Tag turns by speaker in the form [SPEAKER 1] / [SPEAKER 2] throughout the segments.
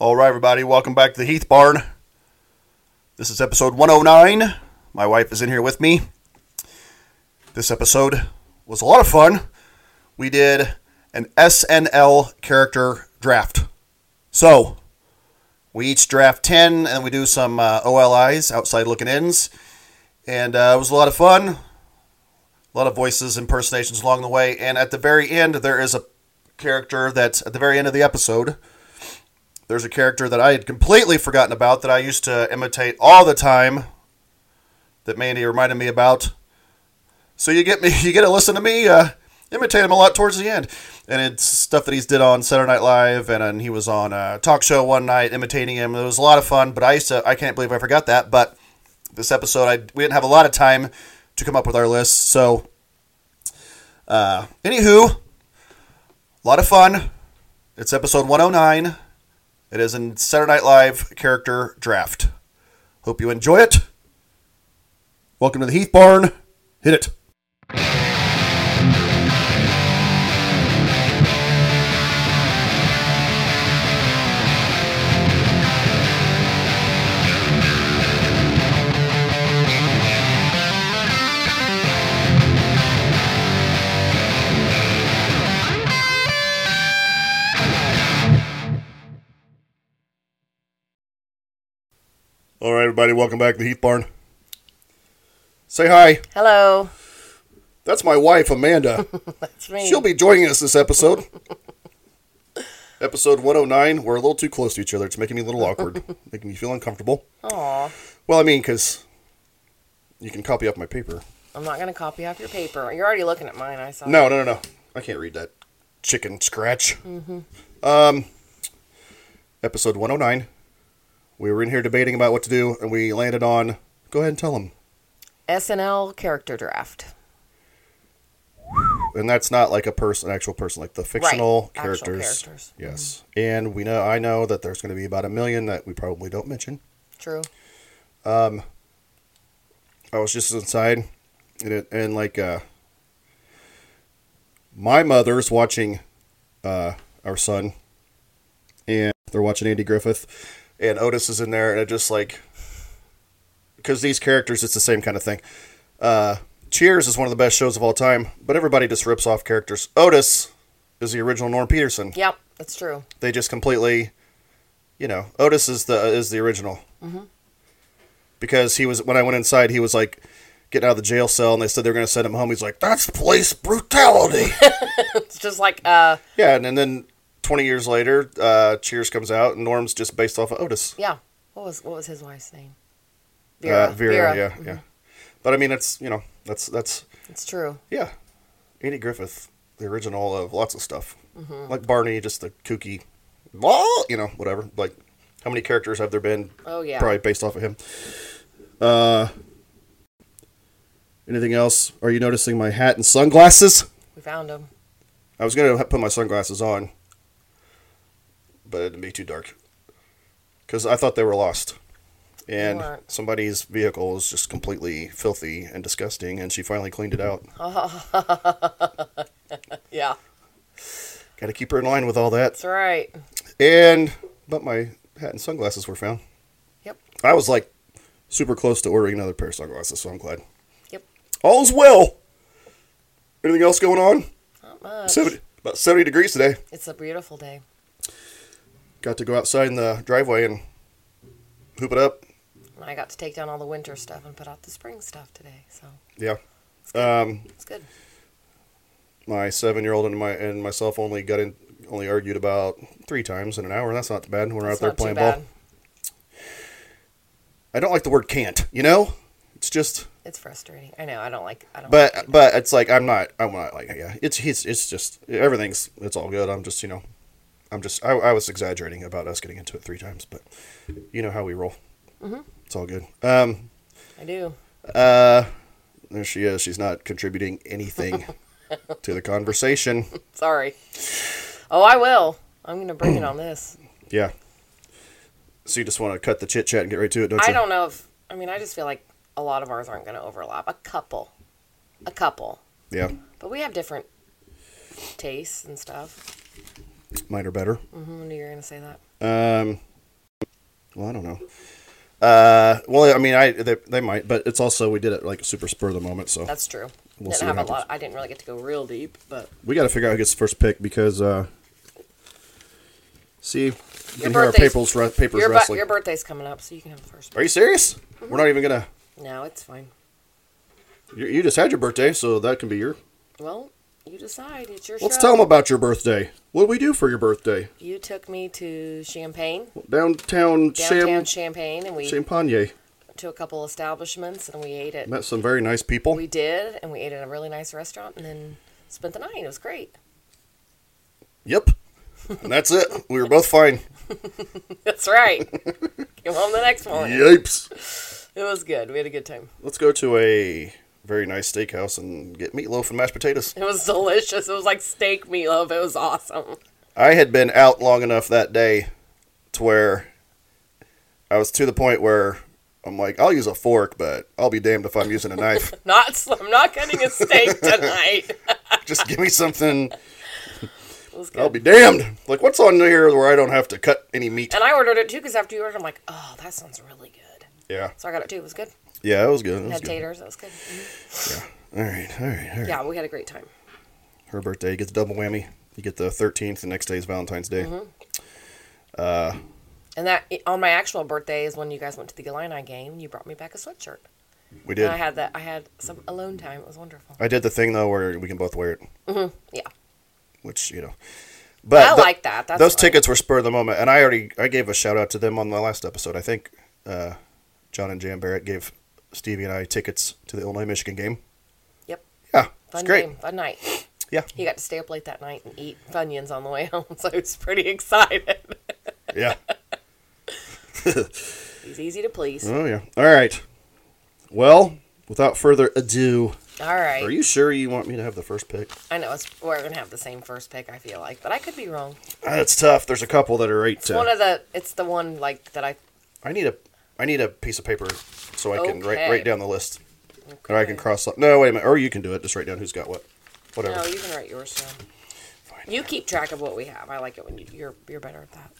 [SPEAKER 1] All right, everybody, welcome back to the Heath Barn. This is episode 109. My wife is in here with me. This episode was a lot of fun. We did an SNL character draft. So, we each draft 10, and we do some uh, OLIs, outside looking ins. And uh, it was a lot of fun. A lot of voices, impersonations along the way. And at the very end, there is a character that's at the very end of the episode there's a character that I had completely forgotten about that I used to imitate all the time that Mandy reminded me about. So you get me, you get to listen to me uh, imitate him a lot towards the end, and it's stuff that he's did on Saturday Night Live, and, and he was on a talk show one night imitating him. It was a lot of fun, but I used to I can't believe I forgot that. But this episode, I we didn't have a lot of time to come up with our list, so uh, anywho, a lot of fun. It's episode 109. It is in Saturday Night Live character draft. Hope you enjoy it. Welcome to the Heath Barn. Hit it. All right, everybody, welcome back to the Heath Barn. Say hi.
[SPEAKER 2] Hello,
[SPEAKER 1] That's my wife, Amanda.
[SPEAKER 2] that's me.
[SPEAKER 1] She'll be joining us this episode. episode 109. We're a little too close to each other. It's making me a little awkward, making me feel uncomfortable.
[SPEAKER 2] Aw,
[SPEAKER 1] Well, I mean, because you can copy up my paper.
[SPEAKER 2] I'm not gonna copy off your paper. You're already looking at mine. I saw.
[SPEAKER 1] No, no, no, no. I can't read that chicken scratch.
[SPEAKER 2] Mm-hmm.
[SPEAKER 1] Um, episode 109. We were in here debating about what to do, and we landed on go ahead and tell them.
[SPEAKER 2] SNL character draft.
[SPEAKER 1] And that's not like a person, an actual person, like the fictional
[SPEAKER 2] Actual
[SPEAKER 1] characters.
[SPEAKER 2] characters. Mm-hmm.
[SPEAKER 1] Yes. And we know, I know that there's going to be about a million that we probably don't mention.
[SPEAKER 2] True.
[SPEAKER 1] I was just inside, and it, and like uh, my mother's watching uh, our son, and they're watching Andy Griffith, and Otis is in there, and it just like because these characters, it's the same kind of thing. Uh, Cheers is one of the best shows of all time, but everybody just rips off characters. Otis is the original Norm Peterson.
[SPEAKER 2] Yep, that's true.
[SPEAKER 1] They just completely, you know, Otis is the is the original. Because he was when I went inside, he was like getting out of the jail cell, and they said they were going to send him home. He's like, "That's police brutality."
[SPEAKER 2] It's just like uh,
[SPEAKER 1] yeah, and, and then twenty years later, uh, Cheers comes out, and Norm's just based off of Otis.
[SPEAKER 2] yeah. What was what was his wife's name?
[SPEAKER 1] Uh, Vera, yeah, yeah. But I mean, it's you know, that's that's
[SPEAKER 2] It's true.
[SPEAKER 1] yeah, Andy Griffith, the original of lots of stuff, like Barney, just the kooky, "Wah," you know, whatever. Like, how many characters have there been?
[SPEAKER 2] Oh yeah.
[SPEAKER 1] probably based off of him. Uh, anything else? Are you noticing my hat and sunglasses?
[SPEAKER 2] We found him.
[SPEAKER 1] I was gonna ha- put my sunglasses on, but it'd be too dark because I thought they were lost, and
[SPEAKER 2] weren't.
[SPEAKER 1] somebody's vehicle was just completely filthy and disgusting, and she finally cleaned it out.
[SPEAKER 2] Yeah,
[SPEAKER 1] Got to keep her in line with all that.
[SPEAKER 2] that's right.
[SPEAKER 1] And but my hat and sunglasses were found.
[SPEAKER 2] Yep.
[SPEAKER 1] I was like super close to ordering another pair of sunglasses, so I'm glad.
[SPEAKER 2] Yep.
[SPEAKER 1] All's well. Anything else going on?
[SPEAKER 2] Not much.
[SPEAKER 1] 70, about 70 degrees today.
[SPEAKER 2] It's a beautiful day.
[SPEAKER 1] Got to go outside in the driveway and hoop it up.
[SPEAKER 2] And I got to take down all the winter stuff and put out the spring stuff today. So
[SPEAKER 1] Yeah. Um,
[SPEAKER 2] it's good.
[SPEAKER 1] my seven-year-old and my and myself only got in, only argued about three times in an hour. and That's not bad. We're out
[SPEAKER 2] It's
[SPEAKER 1] there
[SPEAKER 2] not too
[SPEAKER 1] playing
[SPEAKER 2] bad.
[SPEAKER 1] ball. I don't like the word can't. You know, it's just.
[SPEAKER 2] It's frustrating. I know. I don't like. I don't. like
[SPEAKER 1] But but it's like I'm not I'm not like yeah it's it's it's just everything's it's all good I'm just you know I'm just I, I was exaggerating about us getting into it three times but you know how we roll it's all good um
[SPEAKER 2] I do.
[SPEAKER 1] uh there she is she's not contributing anything to the conversation
[SPEAKER 2] Sorry. Oh, I will. I'm gonna bring it on this.
[SPEAKER 1] yeah so you just want to cut the chit chat and get right to it don't you
[SPEAKER 2] I don't know if I mean I just feel like a lot of ours aren't going to overlap. A couple, a couple,
[SPEAKER 1] yeah
[SPEAKER 2] but we have different tastes and stuff. Mm-hmm,
[SPEAKER 1] mine are better
[SPEAKER 2] hmm I knew you were going to say that.
[SPEAKER 1] um Well, I don't know. Uh, well, I mean, I they, they might, but it's also we did it like super spur of the moment, so
[SPEAKER 2] That's true.
[SPEAKER 1] We'll see what
[SPEAKER 2] didn't have a
[SPEAKER 1] happens.
[SPEAKER 2] lot. I didn't really get to go real deep, but
[SPEAKER 1] we got to figure out who gets the first pick because uh, see, you can hear our
[SPEAKER 2] birthday's-
[SPEAKER 1] papers ru- papers
[SPEAKER 2] your, bu-
[SPEAKER 1] wrestling.
[SPEAKER 2] your Mm-hmm. birthday's coming up, so you can have the first.
[SPEAKER 1] Are you serious? We're not even gonna.
[SPEAKER 2] No, it's fine.
[SPEAKER 1] You, you just had your birthday, so that can be your.
[SPEAKER 2] Well, you decide. It's your
[SPEAKER 1] Let's
[SPEAKER 2] show.
[SPEAKER 1] tell them about your birthday. What did we do for your birthday?
[SPEAKER 2] You took me to Champagne,
[SPEAKER 1] Downtown,
[SPEAKER 2] downtown
[SPEAKER 1] Sam
[SPEAKER 2] Champagne, and we
[SPEAKER 1] Champagne.
[SPEAKER 2] to a couple establishments, and we ate at
[SPEAKER 1] Met some very nice people.
[SPEAKER 2] we did, and we ate at a really nice restaurant, and then spent the night. It was great.
[SPEAKER 1] Yep. And that's it. We were both fine.
[SPEAKER 2] That's right. Came home the next morning.
[SPEAKER 1] Yipes.
[SPEAKER 2] It was good. We had a good time.
[SPEAKER 1] Let's go to a very nice steakhouse and get meatloaf and mashed potatoes.
[SPEAKER 2] It was delicious. It was like steak meatloaf. It was awesome.
[SPEAKER 1] I had been out long enough that day to where I was to the point where I'm like, I'll use a fork, but I'll be damned if I'm using a knife.
[SPEAKER 2] Not I'm not getting a steak tonight.
[SPEAKER 1] Just give me something.
[SPEAKER 2] It was
[SPEAKER 1] I'll
[SPEAKER 2] good.
[SPEAKER 1] be damned. Like, what's on here where I don't have to cut any meat?
[SPEAKER 2] and I ordered it too because after you ordered, I'm like, oh, that sounds really good.
[SPEAKER 1] Yeah.
[SPEAKER 2] So I got it too. It was good.
[SPEAKER 1] Yeah, it was good. It was
[SPEAKER 2] Had
[SPEAKER 1] good.
[SPEAKER 2] taters. It was good. Mhm.
[SPEAKER 1] All right, all right, all right.
[SPEAKER 2] Yeah, we had a great time.
[SPEAKER 1] her birthday. You get the double whammy. You get the 13th, the next day is Valentine's Day.
[SPEAKER 2] Mm-hmm. And that on my actual birthday is when you guys went to the Illini game. and You brought me back a sweatshirt.
[SPEAKER 1] We did.
[SPEAKER 2] And I had that. I had some alone time. It was wonderful.
[SPEAKER 1] I did the thing, though, where we can both wear it,
[SPEAKER 2] Mm-hmm. Yeah,
[SPEAKER 1] which, you know. But
[SPEAKER 2] I
[SPEAKER 1] tho-
[SPEAKER 2] like that. That's
[SPEAKER 1] those
[SPEAKER 2] fine.
[SPEAKER 1] tickets were spur of the moment. And I already I gave a shout out to them on the last episode. I think uh, John and Jan Barrett gave Stevie and I tickets to the Illinois Michigan game.
[SPEAKER 2] Yep.
[SPEAKER 1] Yeah,
[SPEAKER 2] Fun
[SPEAKER 1] it's great.
[SPEAKER 2] game. Fun night.
[SPEAKER 1] Yeah,
[SPEAKER 2] He got to stay up late that night and eat funyuns on the way home, so he was pretty excited.
[SPEAKER 1] yeah.
[SPEAKER 2] He's easy to please.
[SPEAKER 1] Oh, yeah. All right. Well, without further ado,
[SPEAKER 2] All right.
[SPEAKER 1] Mm-hmm. are you sure you want me to have the first pick?
[SPEAKER 2] I know it's, we're gonna have the same first pick. I feel like, but I could be wrong.
[SPEAKER 1] Ah, That's tough. There's a couple that are eight.
[SPEAKER 2] It's one of the. It's the one like that I.
[SPEAKER 1] I need a I need a piece of paper so I can write
[SPEAKER 2] Okay.
[SPEAKER 1] write down the list.
[SPEAKER 2] Okay.
[SPEAKER 1] Or I can cross off. No, wait a minute. Or you can do it. Just write down who's got what. Whatever.
[SPEAKER 2] No, you can write yours down.
[SPEAKER 1] Fine.
[SPEAKER 2] You keep track of what we have. I like it when you, you're you're better at that.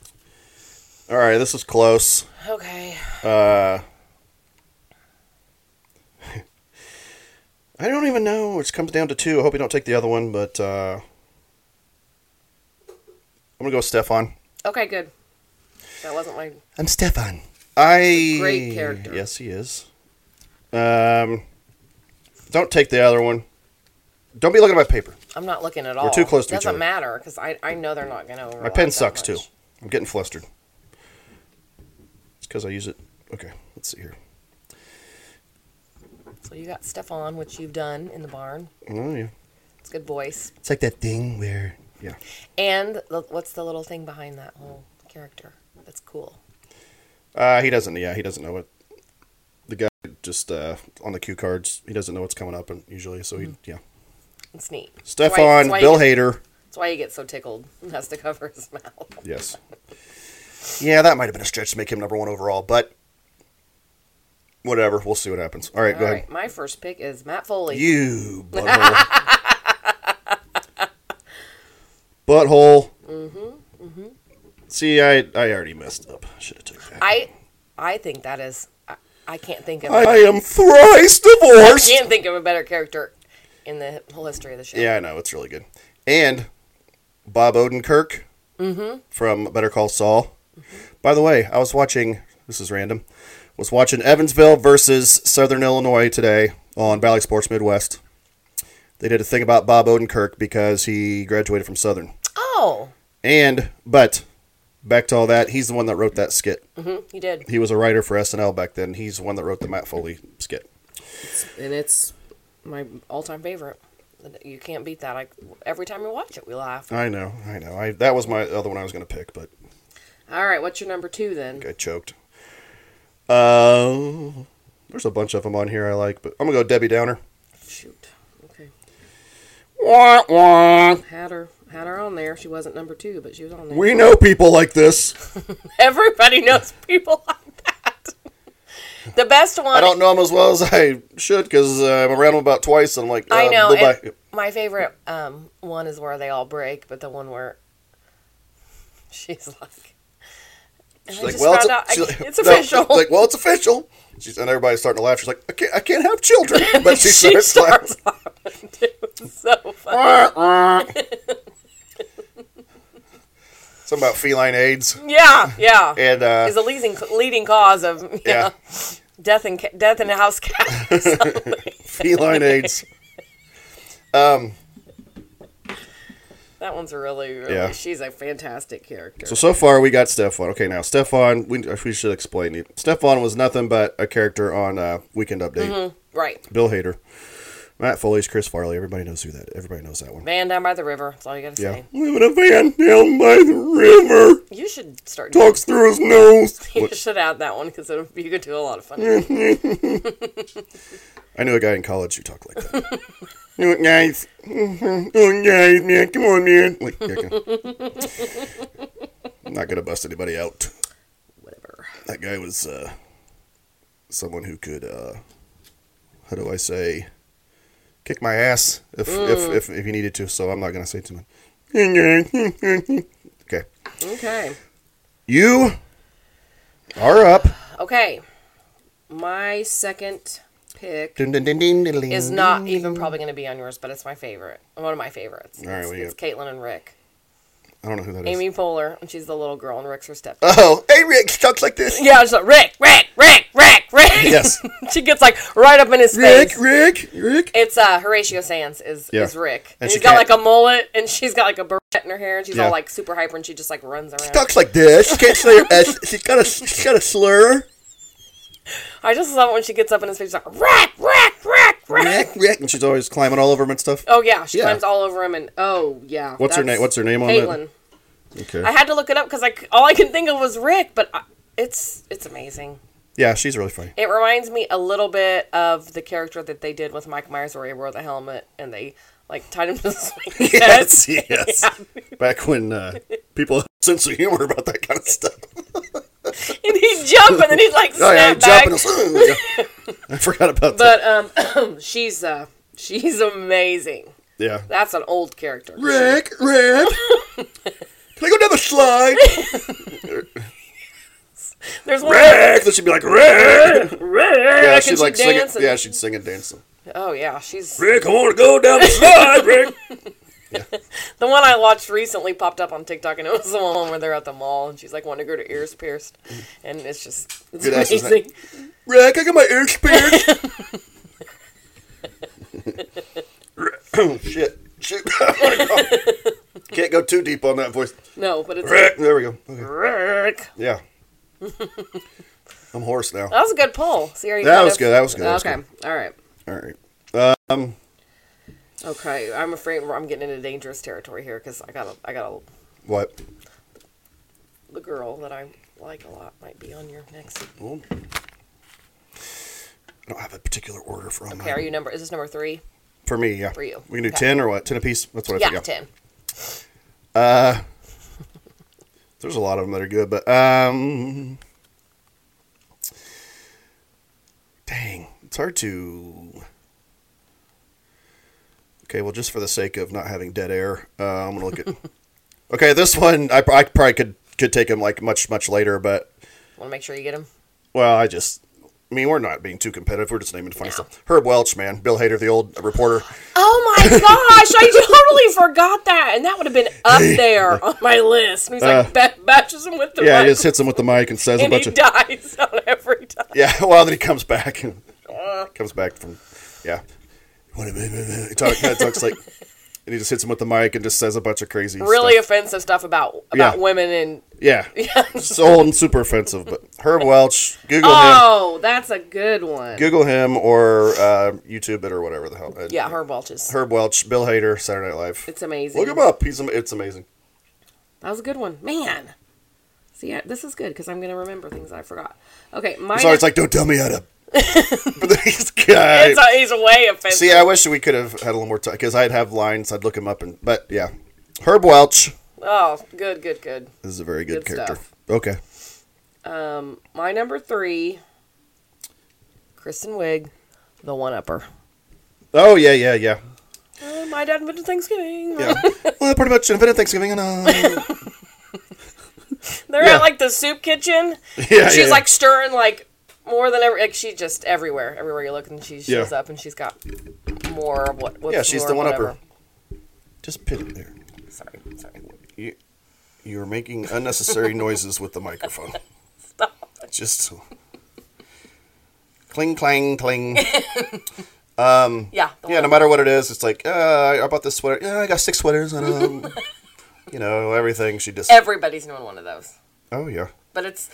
[SPEAKER 1] All right, this is close.
[SPEAKER 2] Okay.
[SPEAKER 1] I don't even know. It comes down to two. I hope you don't take the other one, but uh, I'm gonna go with Stefan.
[SPEAKER 2] Okay. Good. That wasn't my.
[SPEAKER 1] I'm Stefan. I
[SPEAKER 2] Great character.
[SPEAKER 1] Yes, he is. Um, don't take the other one. Don't be looking at my paper.
[SPEAKER 2] I'm not looking at all.
[SPEAKER 1] too close to each
[SPEAKER 2] Doesn't
[SPEAKER 1] other.
[SPEAKER 2] matter because I, Oh, I know they're not gonna.
[SPEAKER 1] My pen sucks too. I'm getting flustered. It's because I use it. Okay, let's see here.
[SPEAKER 2] So you got Stefan, which you've done in the barn.
[SPEAKER 1] Oh yeah.
[SPEAKER 2] It's a good voice.
[SPEAKER 1] It's like that thing where yeah.
[SPEAKER 2] And the, what's the little thing behind that whole character? That's cool.
[SPEAKER 1] Uh, he doesn't. Yeah, he doesn't know it. The guy just uh, on the cue cards. He doesn't know what's coming up, and usually, so he yeah.
[SPEAKER 2] It's neat. That's why-
[SPEAKER 1] Stefan
[SPEAKER 2] that's why
[SPEAKER 1] Bill
[SPEAKER 2] you-
[SPEAKER 1] Hader.
[SPEAKER 2] That's why you get so tickled. He has to cover his mouth.
[SPEAKER 1] Yes. yeah, that might have been a stretch to make him number one overall, but whatever. We'll see what happens. All right,
[SPEAKER 2] All
[SPEAKER 1] go
[SPEAKER 2] right,
[SPEAKER 1] ahead.
[SPEAKER 2] my first pick is Matt Foley.
[SPEAKER 1] You butthole. butthole. Mm-hmm. Mm-hmm. See, I I already messed up. Should have took that.
[SPEAKER 2] I I think that is. I, I can't think of.
[SPEAKER 1] I,
[SPEAKER 2] I
[SPEAKER 1] I am thrice divorced.
[SPEAKER 2] can't think of a better character in the whole history of the show.
[SPEAKER 1] Yeah, I know it's really good. And Bob Odenkirk from Better Call Saul. By the way, I was watching. This is random. Was watching Evansville versus Southern Illinois today on Valley Sports Midwest. They did a thing about Bob Odenkirk because he graduated from Southern.
[SPEAKER 2] Oh,
[SPEAKER 1] And but back to all that, he's the one that wrote that skit.
[SPEAKER 2] mhm, you did,
[SPEAKER 1] He was a writer for SNL back then. He's the one that wrote the Matt Foley skit.
[SPEAKER 2] and it's my all-time favorite. You can't beat that. I, every time you watch it, we laugh.
[SPEAKER 1] I know, I know. I that was my other one I was going to pick, but
[SPEAKER 2] All right, what's your number two then?
[SPEAKER 1] I choked. Uh, there's a bunch of them on here I like, but I'm gonna go Debbie Downer.
[SPEAKER 2] Shoot. Okay.
[SPEAKER 1] Wah, wah.
[SPEAKER 2] Had her, had her on there. She wasn't number two, but she was on there.
[SPEAKER 1] We know people like this.
[SPEAKER 2] Everybody knows people like that. the best one.
[SPEAKER 1] I don't know them as well as I should because uh, I'm around them about twice, and I'm like,
[SPEAKER 2] I
[SPEAKER 1] uh,
[SPEAKER 2] know.
[SPEAKER 1] goodbye.
[SPEAKER 2] and my favorite um, one is where they all break, but the one where she's like, And
[SPEAKER 1] She's
[SPEAKER 2] I
[SPEAKER 1] like,
[SPEAKER 2] just
[SPEAKER 1] well, it's,
[SPEAKER 2] found out I-
[SPEAKER 1] she's like,
[SPEAKER 2] it's
[SPEAKER 1] no,
[SPEAKER 2] official.
[SPEAKER 1] she's like, well, it's official. She's, and everybody's starting to laugh. She's like, I can't, I can't have children. But she,
[SPEAKER 2] she
[SPEAKER 1] starts laughing.
[SPEAKER 2] starts laughing. It was so funny.
[SPEAKER 1] Something about feline AIDS.
[SPEAKER 2] Yeah, yeah.
[SPEAKER 1] And uh,
[SPEAKER 2] is a leading leading cause of
[SPEAKER 1] Yeah.
[SPEAKER 2] yeah, death in ca- death in a house cat.
[SPEAKER 1] feline AIDS.
[SPEAKER 2] that one's really, really
[SPEAKER 1] Yeah.
[SPEAKER 2] she's a fantastic character.
[SPEAKER 1] So, so far we got Stefan. Okay, now Stefan, we, we should explain it. Stefan was nothing but a character on uh, Weekend Update.
[SPEAKER 2] right.
[SPEAKER 1] Bill Hader, Matt Foley's Chris Farley. Everybody knows who that. Everybody knows that one.
[SPEAKER 2] Man down by the river. That's all you gotta
[SPEAKER 1] Yeah,
[SPEAKER 2] say.
[SPEAKER 1] live in a van down by the river,
[SPEAKER 2] You should start.
[SPEAKER 1] talks through his nose.
[SPEAKER 2] You should add that one because you could do a lot of funny.
[SPEAKER 1] I knew a guy in college who talked like that. Do it, guys. Do it, guys, man. Come on, man. Like, yeah, okay. I'm not gonna bust anybody out.
[SPEAKER 2] Whatever.
[SPEAKER 1] That guy was uh, someone who could, uh, how do I say, kick my ass if
[SPEAKER 2] Mm.
[SPEAKER 1] if, if if he needed to. So I'm not gonna say too much. okay,
[SPEAKER 2] Okay.
[SPEAKER 1] you are up.
[SPEAKER 2] Okay. My second pick is
[SPEAKER 1] Is
[SPEAKER 2] not even probably going to be on yours, but it's my favorite. One of my favorites.
[SPEAKER 1] All right,
[SPEAKER 2] it's,
[SPEAKER 1] what do you
[SPEAKER 2] it's Caitlin and Rick.
[SPEAKER 1] I don't know who that is.
[SPEAKER 2] Amy Poehler, and she's the little girl, and Rick's her stepdad.
[SPEAKER 1] Oh, hey Rick, she talks like this.
[SPEAKER 2] Yeah, she's like Rick, Rick, Rick, Rick, Rick.
[SPEAKER 1] Yes.
[SPEAKER 2] she gets like right up in his
[SPEAKER 1] Rick,
[SPEAKER 2] face.
[SPEAKER 1] Rick, Rick.
[SPEAKER 2] It's uh Horatio Sands is
[SPEAKER 1] Yeah.
[SPEAKER 2] is Rick,
[SPEAKER 1] And
[SPEAKER 2] and,
[SPEAKER 1] she
[SPEAKER 2] he's got
[SPEAKER 1] can't-
[SPEAKER 2] like a mullet, and she's got like a barrette in her hair, and she's
[SPEAKER 1] Yeah.
[SPEAKER 2] all like super hyper, and she just like runs around.
[SPEAKER 1] talks like this. She can't say her S. She's got a she's got a slur.
[SPEAKER 2] I just love it when she gets up in his face, she's like Rick, Rick, Rick, Rick.
[SPEAKER 1] Rick, Rick, and she's always climbing all over him and stuff.
[SPEAKER 2] Oh yeah, she
[SPEAKER 1] Yeah.
[SPEAKER 2] climbs all over him, and oh yeah.
[SPEAKER 1] What's her
[SPEAKER 2] that's
[SPEAKER 1] name? What's her name on that?
[SPEAKER 2] Caitlin.
[SPEAKER 1] Okay.
[SPEAKER 2] I had to look it up because like all I can think of was Rick, but I, it's it's amazing.
[SPEAKER 1] yeah, she's really funny.
[SPEAKER 2] It reminds me a little bit of the character that they did with Mike Myers, where he wore the helmet and they like tied him to the swing set.
[SPEAKER 1] Yes, yes. Back when uh, people had a sense of humor about that kind of stuff.
[SPEAKER 2] and he'd jump and then he'd like snap
[SPEAKER 1] Oh, yeah,
[SPEAKER 2] back.
[SPEAKER 1] jumping. us. I forgot about that.
[SPEAKER 2] But um, she's uh, she's amazing.
[SPEAKER 1] Yeah.
[SPEAKER 2] That's an old character.
[SPEAKER 1] Rick, Rick. Can I go down the slide?
[SPEAKER 2] There's one.
[SPEAKER 1] Rick. Then she'd be like, Rick. Yeah,
[SPEAKER 2] and
[SPEAKER 1] she'd like
[SPEAKER 2] she'd
[SPEAKER 1] sing it.
[SPEAKER 2] dance and-
[SPEAKER 1] Yeah, she'd sing and dance.
[SPEAKER 2] Oh yeah, she's
[SPEAKER 1] Rick, I want to go down the slide, Rick.
[SPEAKER 2] the one I watched recently popped up on TikTok, and it was the one where they're at the mall and she's like wanting to get her ears pierced, and it's just it's
[SPEAKER 1] Good ass, isn't it?
[SPEAKER 2] amazing.
[SPEAKER 1] Rick, I got my ears pierced. oh, shit. Shit. Can't go too deep on that voice.
[SPEAKER 2] No, but it's
[SPEAKER 1] Rick. There we go. Okay.
[SPEAKER 2] Rick.
[SPEAKER 1] Yeah. I'm hoarse now.
[SPEAKER 2] That was a good poll. See, are you
[SPEAKER 1] That
[SPEAKER 2] kind
[SPEAKER 1] was
[SPEAKER 2] of-
[SPEAKER 1] good, that was good, that was
[SPEAKER 2] okay, all right.
[SPEAKER 1] All right. Um,
[SPEAKER 2] Okay, I'm afraid we're- I'm getting into dangerous territory here because I got a, I got a,
[SPEAKER 1] what?
[SPEAKER 2] the girl that I like a lot might be on your next.
[SPEAKER 1] Well, I don't have a particular order for all
[SPEAKER 2] Okay,
[SPEAKER 1] mine.
[SPEAKER 2] are you number? Is this number three?
[SPEAKER 1] For me, yeah.
[SPEAKER 2] For you.
[SPEAKER 1] We can do
[SPEAKER 2] Okay.
[SPEAKER 1] 10 or what? 10 apiece? That's what I
[SPEAKER 2] Yeah,
[SPEAKER 1] think.
[SPEAKER 2] ten.
[SPEAKER 1] There's a lot of them that are good, but um, dang, it's hard to. Okay, well, just for the sake of not having dead air, uh, I'm gonna look at. okay, this one I, I probably could could take him like much much later, but
[SPEAKER 2] Want to make sure you get him.
[SPEAKER 1] well, I just. I mean, we're not being too competitive. We're just naming funny stuff. Herb Welch, man, Bill Hader, the old reporter.
[SPEAKER 2] Oh my gosh, I totally forgot that, and that would have been up there on my list. And he's like ba- bashes him with the
[SPEAKER 1] Uh, Yeah,
[SPEAKER 2] mic,
[SPEAKER 1] he just hits him with the mic and says a
[SPEAKER 2] and
[SPEAKER 1] bunch
[SPEAKER 2] he
[SPEAKER 1] of
[SPEAKER 2] dies on every time.
[SPEAKER 1] Yeah, well, then he comes back and comes back from, yeah. He talk, he talks like, and he just hits him with the mic and just says a bunch of crazy.
[SPEAKER 2] Really
[SPEAKER 1] stuff.
[SPEAKER 2] offensive stuff about
[SPEAKER 1] Yeah.
[SPEAKER 2] about women and
[SPEAKER 1] yeah, it's old and super offensive. But Herb Welch, Google him,
[SPEAKER 2] oh, that's a good one.
[SPEAKER 1] Google him, or uh, YouTube it or whatever the hell. And
[SPEAKER 2] Yeah, Herb Welch's.
[SPEAKER 1] Herb Welch, Bill Hader, Saturday Night Live.
[SPEAKER 2] it's amazing.
[SPEAKER 1] Look him up. He's am- it's amazing.
[SPEAKER 2] That was a good one, man. See, I, this is good because I'm gonna remember things I forgot. Okay, my
[SPEAKER 1] So it's like, don't tell me how to. but then he's guy.
[SPEAKER 2] It's a- he's way offensive.
[SPEAKER 1] See, I wish we could have had a little more time because I'd have lines. I'd look him up and, but yeah, Herb Welch.
[SPEAKER 2] oh, good, good, good.
[SPEAKER 1] This is a very good,
[SPEAKER 2] Good
[SPEAKER 1] character.
[SPEAKER 2] stuff.
[SPEAKER 1] Okay.
[SPEAKER 2] Um, my number three, Kristen Wiig, the one upper.
[SPEAKER 1] Oh yeah, yeah, yeah.
[SPEAKER 2] Uh, my dad invented Thanksgiving.
[SPEAKER 1] Yeah. well, pretty much invented Thanksgiving and uh
[SPEAKER 2] They're
[SPEAKER 1] Yeah.
[SPEAKER 2] at like the soup kitchen.
[SPEAKER 1] Yeah,
[SPEAKER 2] she's
[SPEAKER 1] yeah, yeah.
[SPEAKER 2] like stirring like more than ever. Like she's just everywhere. Everywhere you look, and she shows
[SPEAKER 1] Yeah.
[SPEAKER 2] up, and she's got more of what. what's
[SPEAKER 1] Yeah, she's
[SPEAKER 2] more
[SPEAKER 1] the
[SPEAKER 2] of
[SPEAKER 1] one upper.
[SPEAKER 2] whatever.
[SPEAKER 1] Just put it there.
[SPEAKER 2] Sorry, sorry.
[SPEAKER 1] You, you're making unnecessary noises with the microphone.
[SPEAKER 2] Stop.
[SPEAKER 1] Just cling, clang, cling.
[SPEAKER 2] Yeah. the
[SPEAKER 1] Yeah,
[SPEAKER 2] one-
[SPEAKER 1] no matter what it is, it's like, uh, I bought this sweater. Yeah, I got six sweaters and, um, you know, everything. She just,
[SPEAKER 2] Everybody's known one of those,
[SPEAKER 1] oh, yeah.
[SPEAKER 2] but it's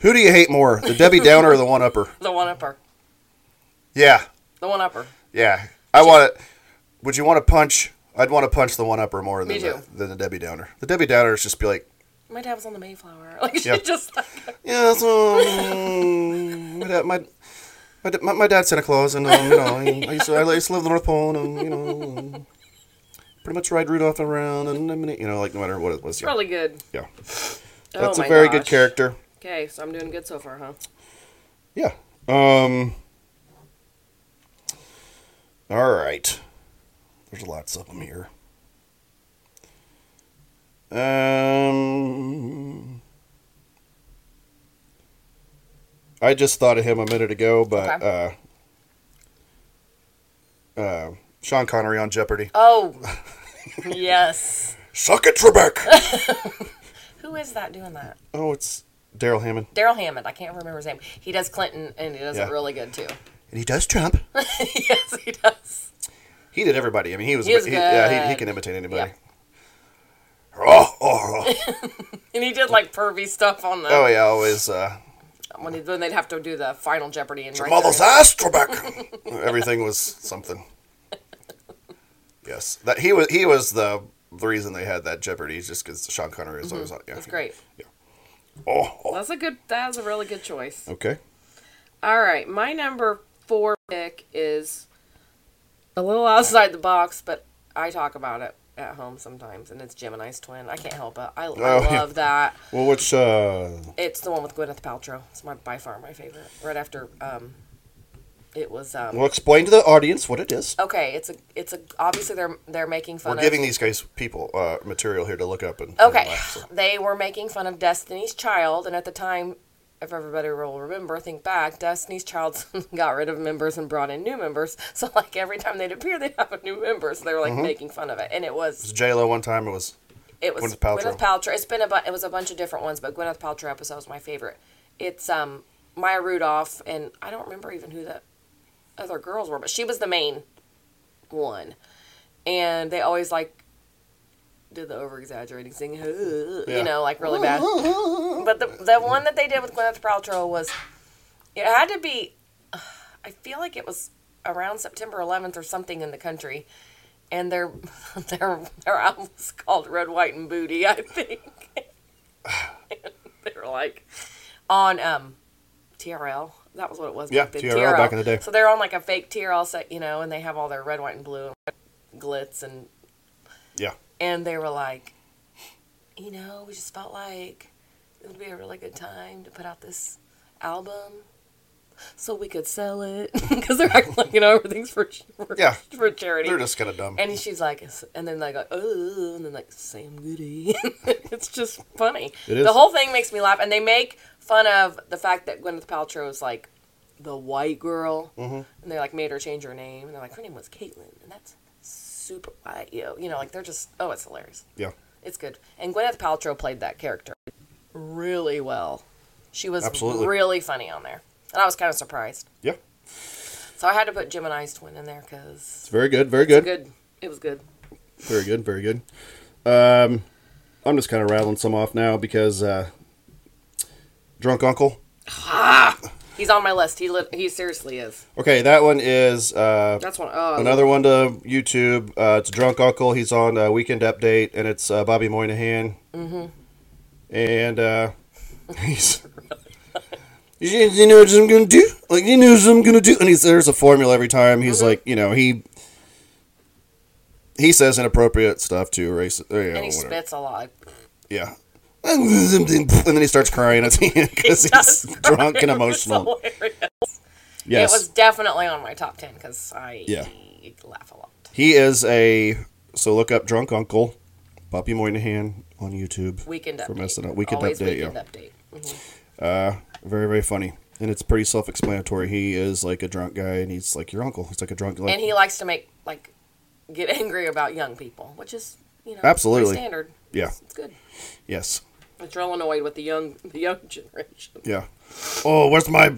[SPEAKER 1] Who do you hate more, the Debbie Downer or the one upper?
[SPEAKER 2] the one upper.
[SPEAKER 1] Yeah,
[SPEAKER 2] The one upper.
[SPEAKER 1] yeah. I want to, would you want to punch? I'd want to punch the one upper more than,
[SPEAKER 2] Me
[SPEAKER 1] the,
[SPEAKER 2] too.
[SPEAKER 1] than the Debbie Downer. The Debbie Downer is just be like,
[SPEAKER 2] My dad was on the Mayflower. Like she
[SPEAKER 1] Yeah.
[SPEAKER 2] just like,
[SPEAKER 1] yeah, so, um, my, dad, my, my, da- my, my dad's Santa Claus, and, um, you know, I, I, used to, I used to live in the North Pole, and, um, you know, um, pretty much ride Rudolph around, and, um, you know, like, no matter what it was. Yeah.
[SPEAKER 2] really good.
[SPEAKER 1] yeah.
[SPEAKER 2] Oh
[SPEAKER 1] That's
[SPEAKER 2] my
[SPEAKER 1] a very good
[SPEAKER 2] gosh.
[SPEAKER 1] character.
[SPEAKER 2] Okay, so I'm doing good so far, huh?
[SPEAKER 1] Yeah. Um. All right. There's lots of them here. Um. I just thought of him a minute ago, but uh, uh, Sean Connery on Jeopardy.
[SPEAKER 2] Oh, yes.
[SPEAKER 1] Suck it, Trebek.
[SPEAKER 2] Who is that doing that?
[SPEAKER 1] oh, it's Daryl Hammond,
[SPEAKER 2] Daryl Hammond. I can't remember his name. He does Clinton, and he does
[SPEAKER 1] Yeah.
[SPEAKER 2] it really good too.
[SPEAKER 1] and he does Trump.
[SPEAKER 2] yes, he does.
[SPEAKER 1] He did everybody. I mean, he was,
[SPEAKER 2] He was
[SPEAKER 1] he- yeah, he, he
[SPEAKER 2] good.
[SPEAKER 1] can imitate anybody.
[SPEAKER 2] Yeah.
[SPEAKER 1] Oh, oh, oh.
[SPEAKER 2] And he did like pervy stuff on the
[SPEAKER 1] Oh yeah, always uh,
[SPEAKER 2] when, he, when they'd have to do the final Jeopardy and write
[SPEAKER 1] mother's
[SPEAKER 2] their-
[SPEAKER 1] ass, Trebek. Everything was something. Yes, that he was he was the the reason they had that Jeopardy is just because Sean Connery was always on. Yeah,
[SPEAKER 2] That's Mm-hmm. great.
[SPEAKER 1] Oh, oh.
[SPEAKER 2] That's a good. That's a really good choice.
[SPEAKER 1] okay.
[SPEAKER 2] All right, my number four pick is a little outside the box, but I talk about it at home sometimes, and it's Gemini's twin. I can't help it. I, I love
[SPEAKER 1] Oh, yeah.
[SPEAKER 2] that.
[SPEAKER 1] Well, which uh,
[SPEAKER 2] It's the one with Gwyneth Paltrow. It's my by far my favorite. Right after um, it was um.
[SPEAKER 1] we'll explain to the audience what it is.
[SPEAKER 2] Okay, it's a it's a obviously they're they're making fun
[SPEAKER 1] We're
[SPEAKER 2] of
[SPEAKER 1] giving these guys people uh, material here to look up and and
[SPEAKER 2] Okay.
[SPEAKER 1] laugh, so.
[SPEAKER 2] They were making fun of Destiny's Child, and at the time, if everybody will remember, think back, Destiny's Child got rid of members and brought in new members. So, like, every time they'd appear, they'd have a new member. So they were,
[SPEAKER 1] Mm-hmm.
[SPEAKER 2] like, making fun of it. And it was,
[SPEAKER 1] J Lo one time it was
[SPEAKER 2] it was
[SPEAKER 1] Gwyneth Paltrow.
[SPEAKER 2] Gwyneth Paltrow. It's been a, bu- it was a bunch of different ones, but Gwyneth Paltrow episode was my favorite. It's, um, Maya Rudolph, and I don't remember even who the other girls were, but she was the main one. And they always, like, did the over exaggerating singing,
[SPEAKER 1] Yeah.
[SPEAKER 2] you know, like really bad. But the the one that they did with Gwyneth Paltrow was it had to be I feel like it was around September 11th or something in the country, and their their their album was called Red, White, and Booty, I think. And they were like on um TRL. That was what it was.
[SPEAKER 1] Yeah, TRL back in the day.
[SPEAKER 2] So they're on like a fake TRL set, you know, and they have all their red, white, and blue and glitz and
[SPEAKER 1] yeah.
[SPEAKER 2] and they were like, you know, we just felt like it would be a really good time to put out this album so we could sell it because they're acting like you know everything's for for,
[SPEAKER 1] Yeah.
[SPEAKER 2] for charity.
[SPEAKER 1] They're just kind of dumb.
[SPEAKER 2] and she's like, "It's-" and then like, oh, and then like Sam Goody. it's just funny.
[SPEAKER 1] It is.
[SPEAKER 2] The whole thing makes me laugh, and they make fun of the fact that Gwyneth Paltrow is like the white girl,
[SPEAKER 1] Mm-hmm.
[SPEAKER 2] and they like made her change her name, and they're like, her name was Caitlin, and that's super white, you you know, like they're just, oh, it's hilarious.
[SPEAKER 1] yeah,
[SPEAKER 2] It's good. And Gwyneth Paltrow played that character really well. She was
[SPEAKER 1] Absolutely.
[SPEAKER 2] really funny on there. And I was kind of surprised.
[SPEAKER 1] yeah.
[SPEAKER 2] So I had to put Gemini's twin in there because
[SPEAKER 1] It's very good. Very good.
[SPEAKER 2] good. It was good.
[SPEAKER 1] Very good, very good. Um, I'm just kind of rattling some off now because uh, drunk uncle.
[SPEAKER 2] He's on my list. He li- he seriously is.
[SPEAKER 1] Okay, that one is uh,
[SPEAKER 2] That's one. Oh,
[SPEAKER 1] another one to YouTube. Uh, it's drunk uncle. He's on uh, Weekend Update, and it's uh, Bobby Moynihan. Mm-hmm. And uh, he's. You you know what I'm gonna do? Like you know what I'm gonna do? And he's there's a formula every time. He's
[SPEAKER 2] Mm-hmm.
[SPEAKER 1] like, you know, he he says inappropriate stuff to race. You know,
[SPEAKER 2] and he
[SPEAKER 1] whatever.
[SPEAKER 2] spits a lot.
[SPEAKER 1] Yeah. And then he starts crying at the end because he's drunk and emotional.
[SPEAKER 2] It's hilarious.
[SPEAKER 1] Yes.
[SPEAKER 2] It was definitely on my top ten because I
[SPEAKER 1] Yeah.
[SPEAKER 2] laugh a lot.
[SPEAKER 1] he is a. So look up Drunk Uncle, Bobby Moynihan on YouTube.
[SPEAKER 2] Weekend update.
[SPEAKER 1] For messing up. Weekend
[SPEAKER 2] Always
[SPEAKER 1] update,
[SPEAKER 2] Weekend
[SPEAKER 1] yeah.
[SPEAKER 2] update.
[SPEAKER 1] Uh, very, very funny. And it's pretty self explanatory. He is like a drunk guy and he's like your uncle. He's like a drunk like
[SPEAKER 2] and he likes to make like get angry about young people, which is you know
[SPEAKER 1] Absolutely.
[SPEAKER 2] pretty standard.
[SPEAKER 1] Yeah.
[SPEAKER 2] It's good.
[SPEAKER 1] Yes.
[SPEAKER 2] But you're annoyed with the young the young generation.
[SPEAKER 1] Yeah. Oh, where's my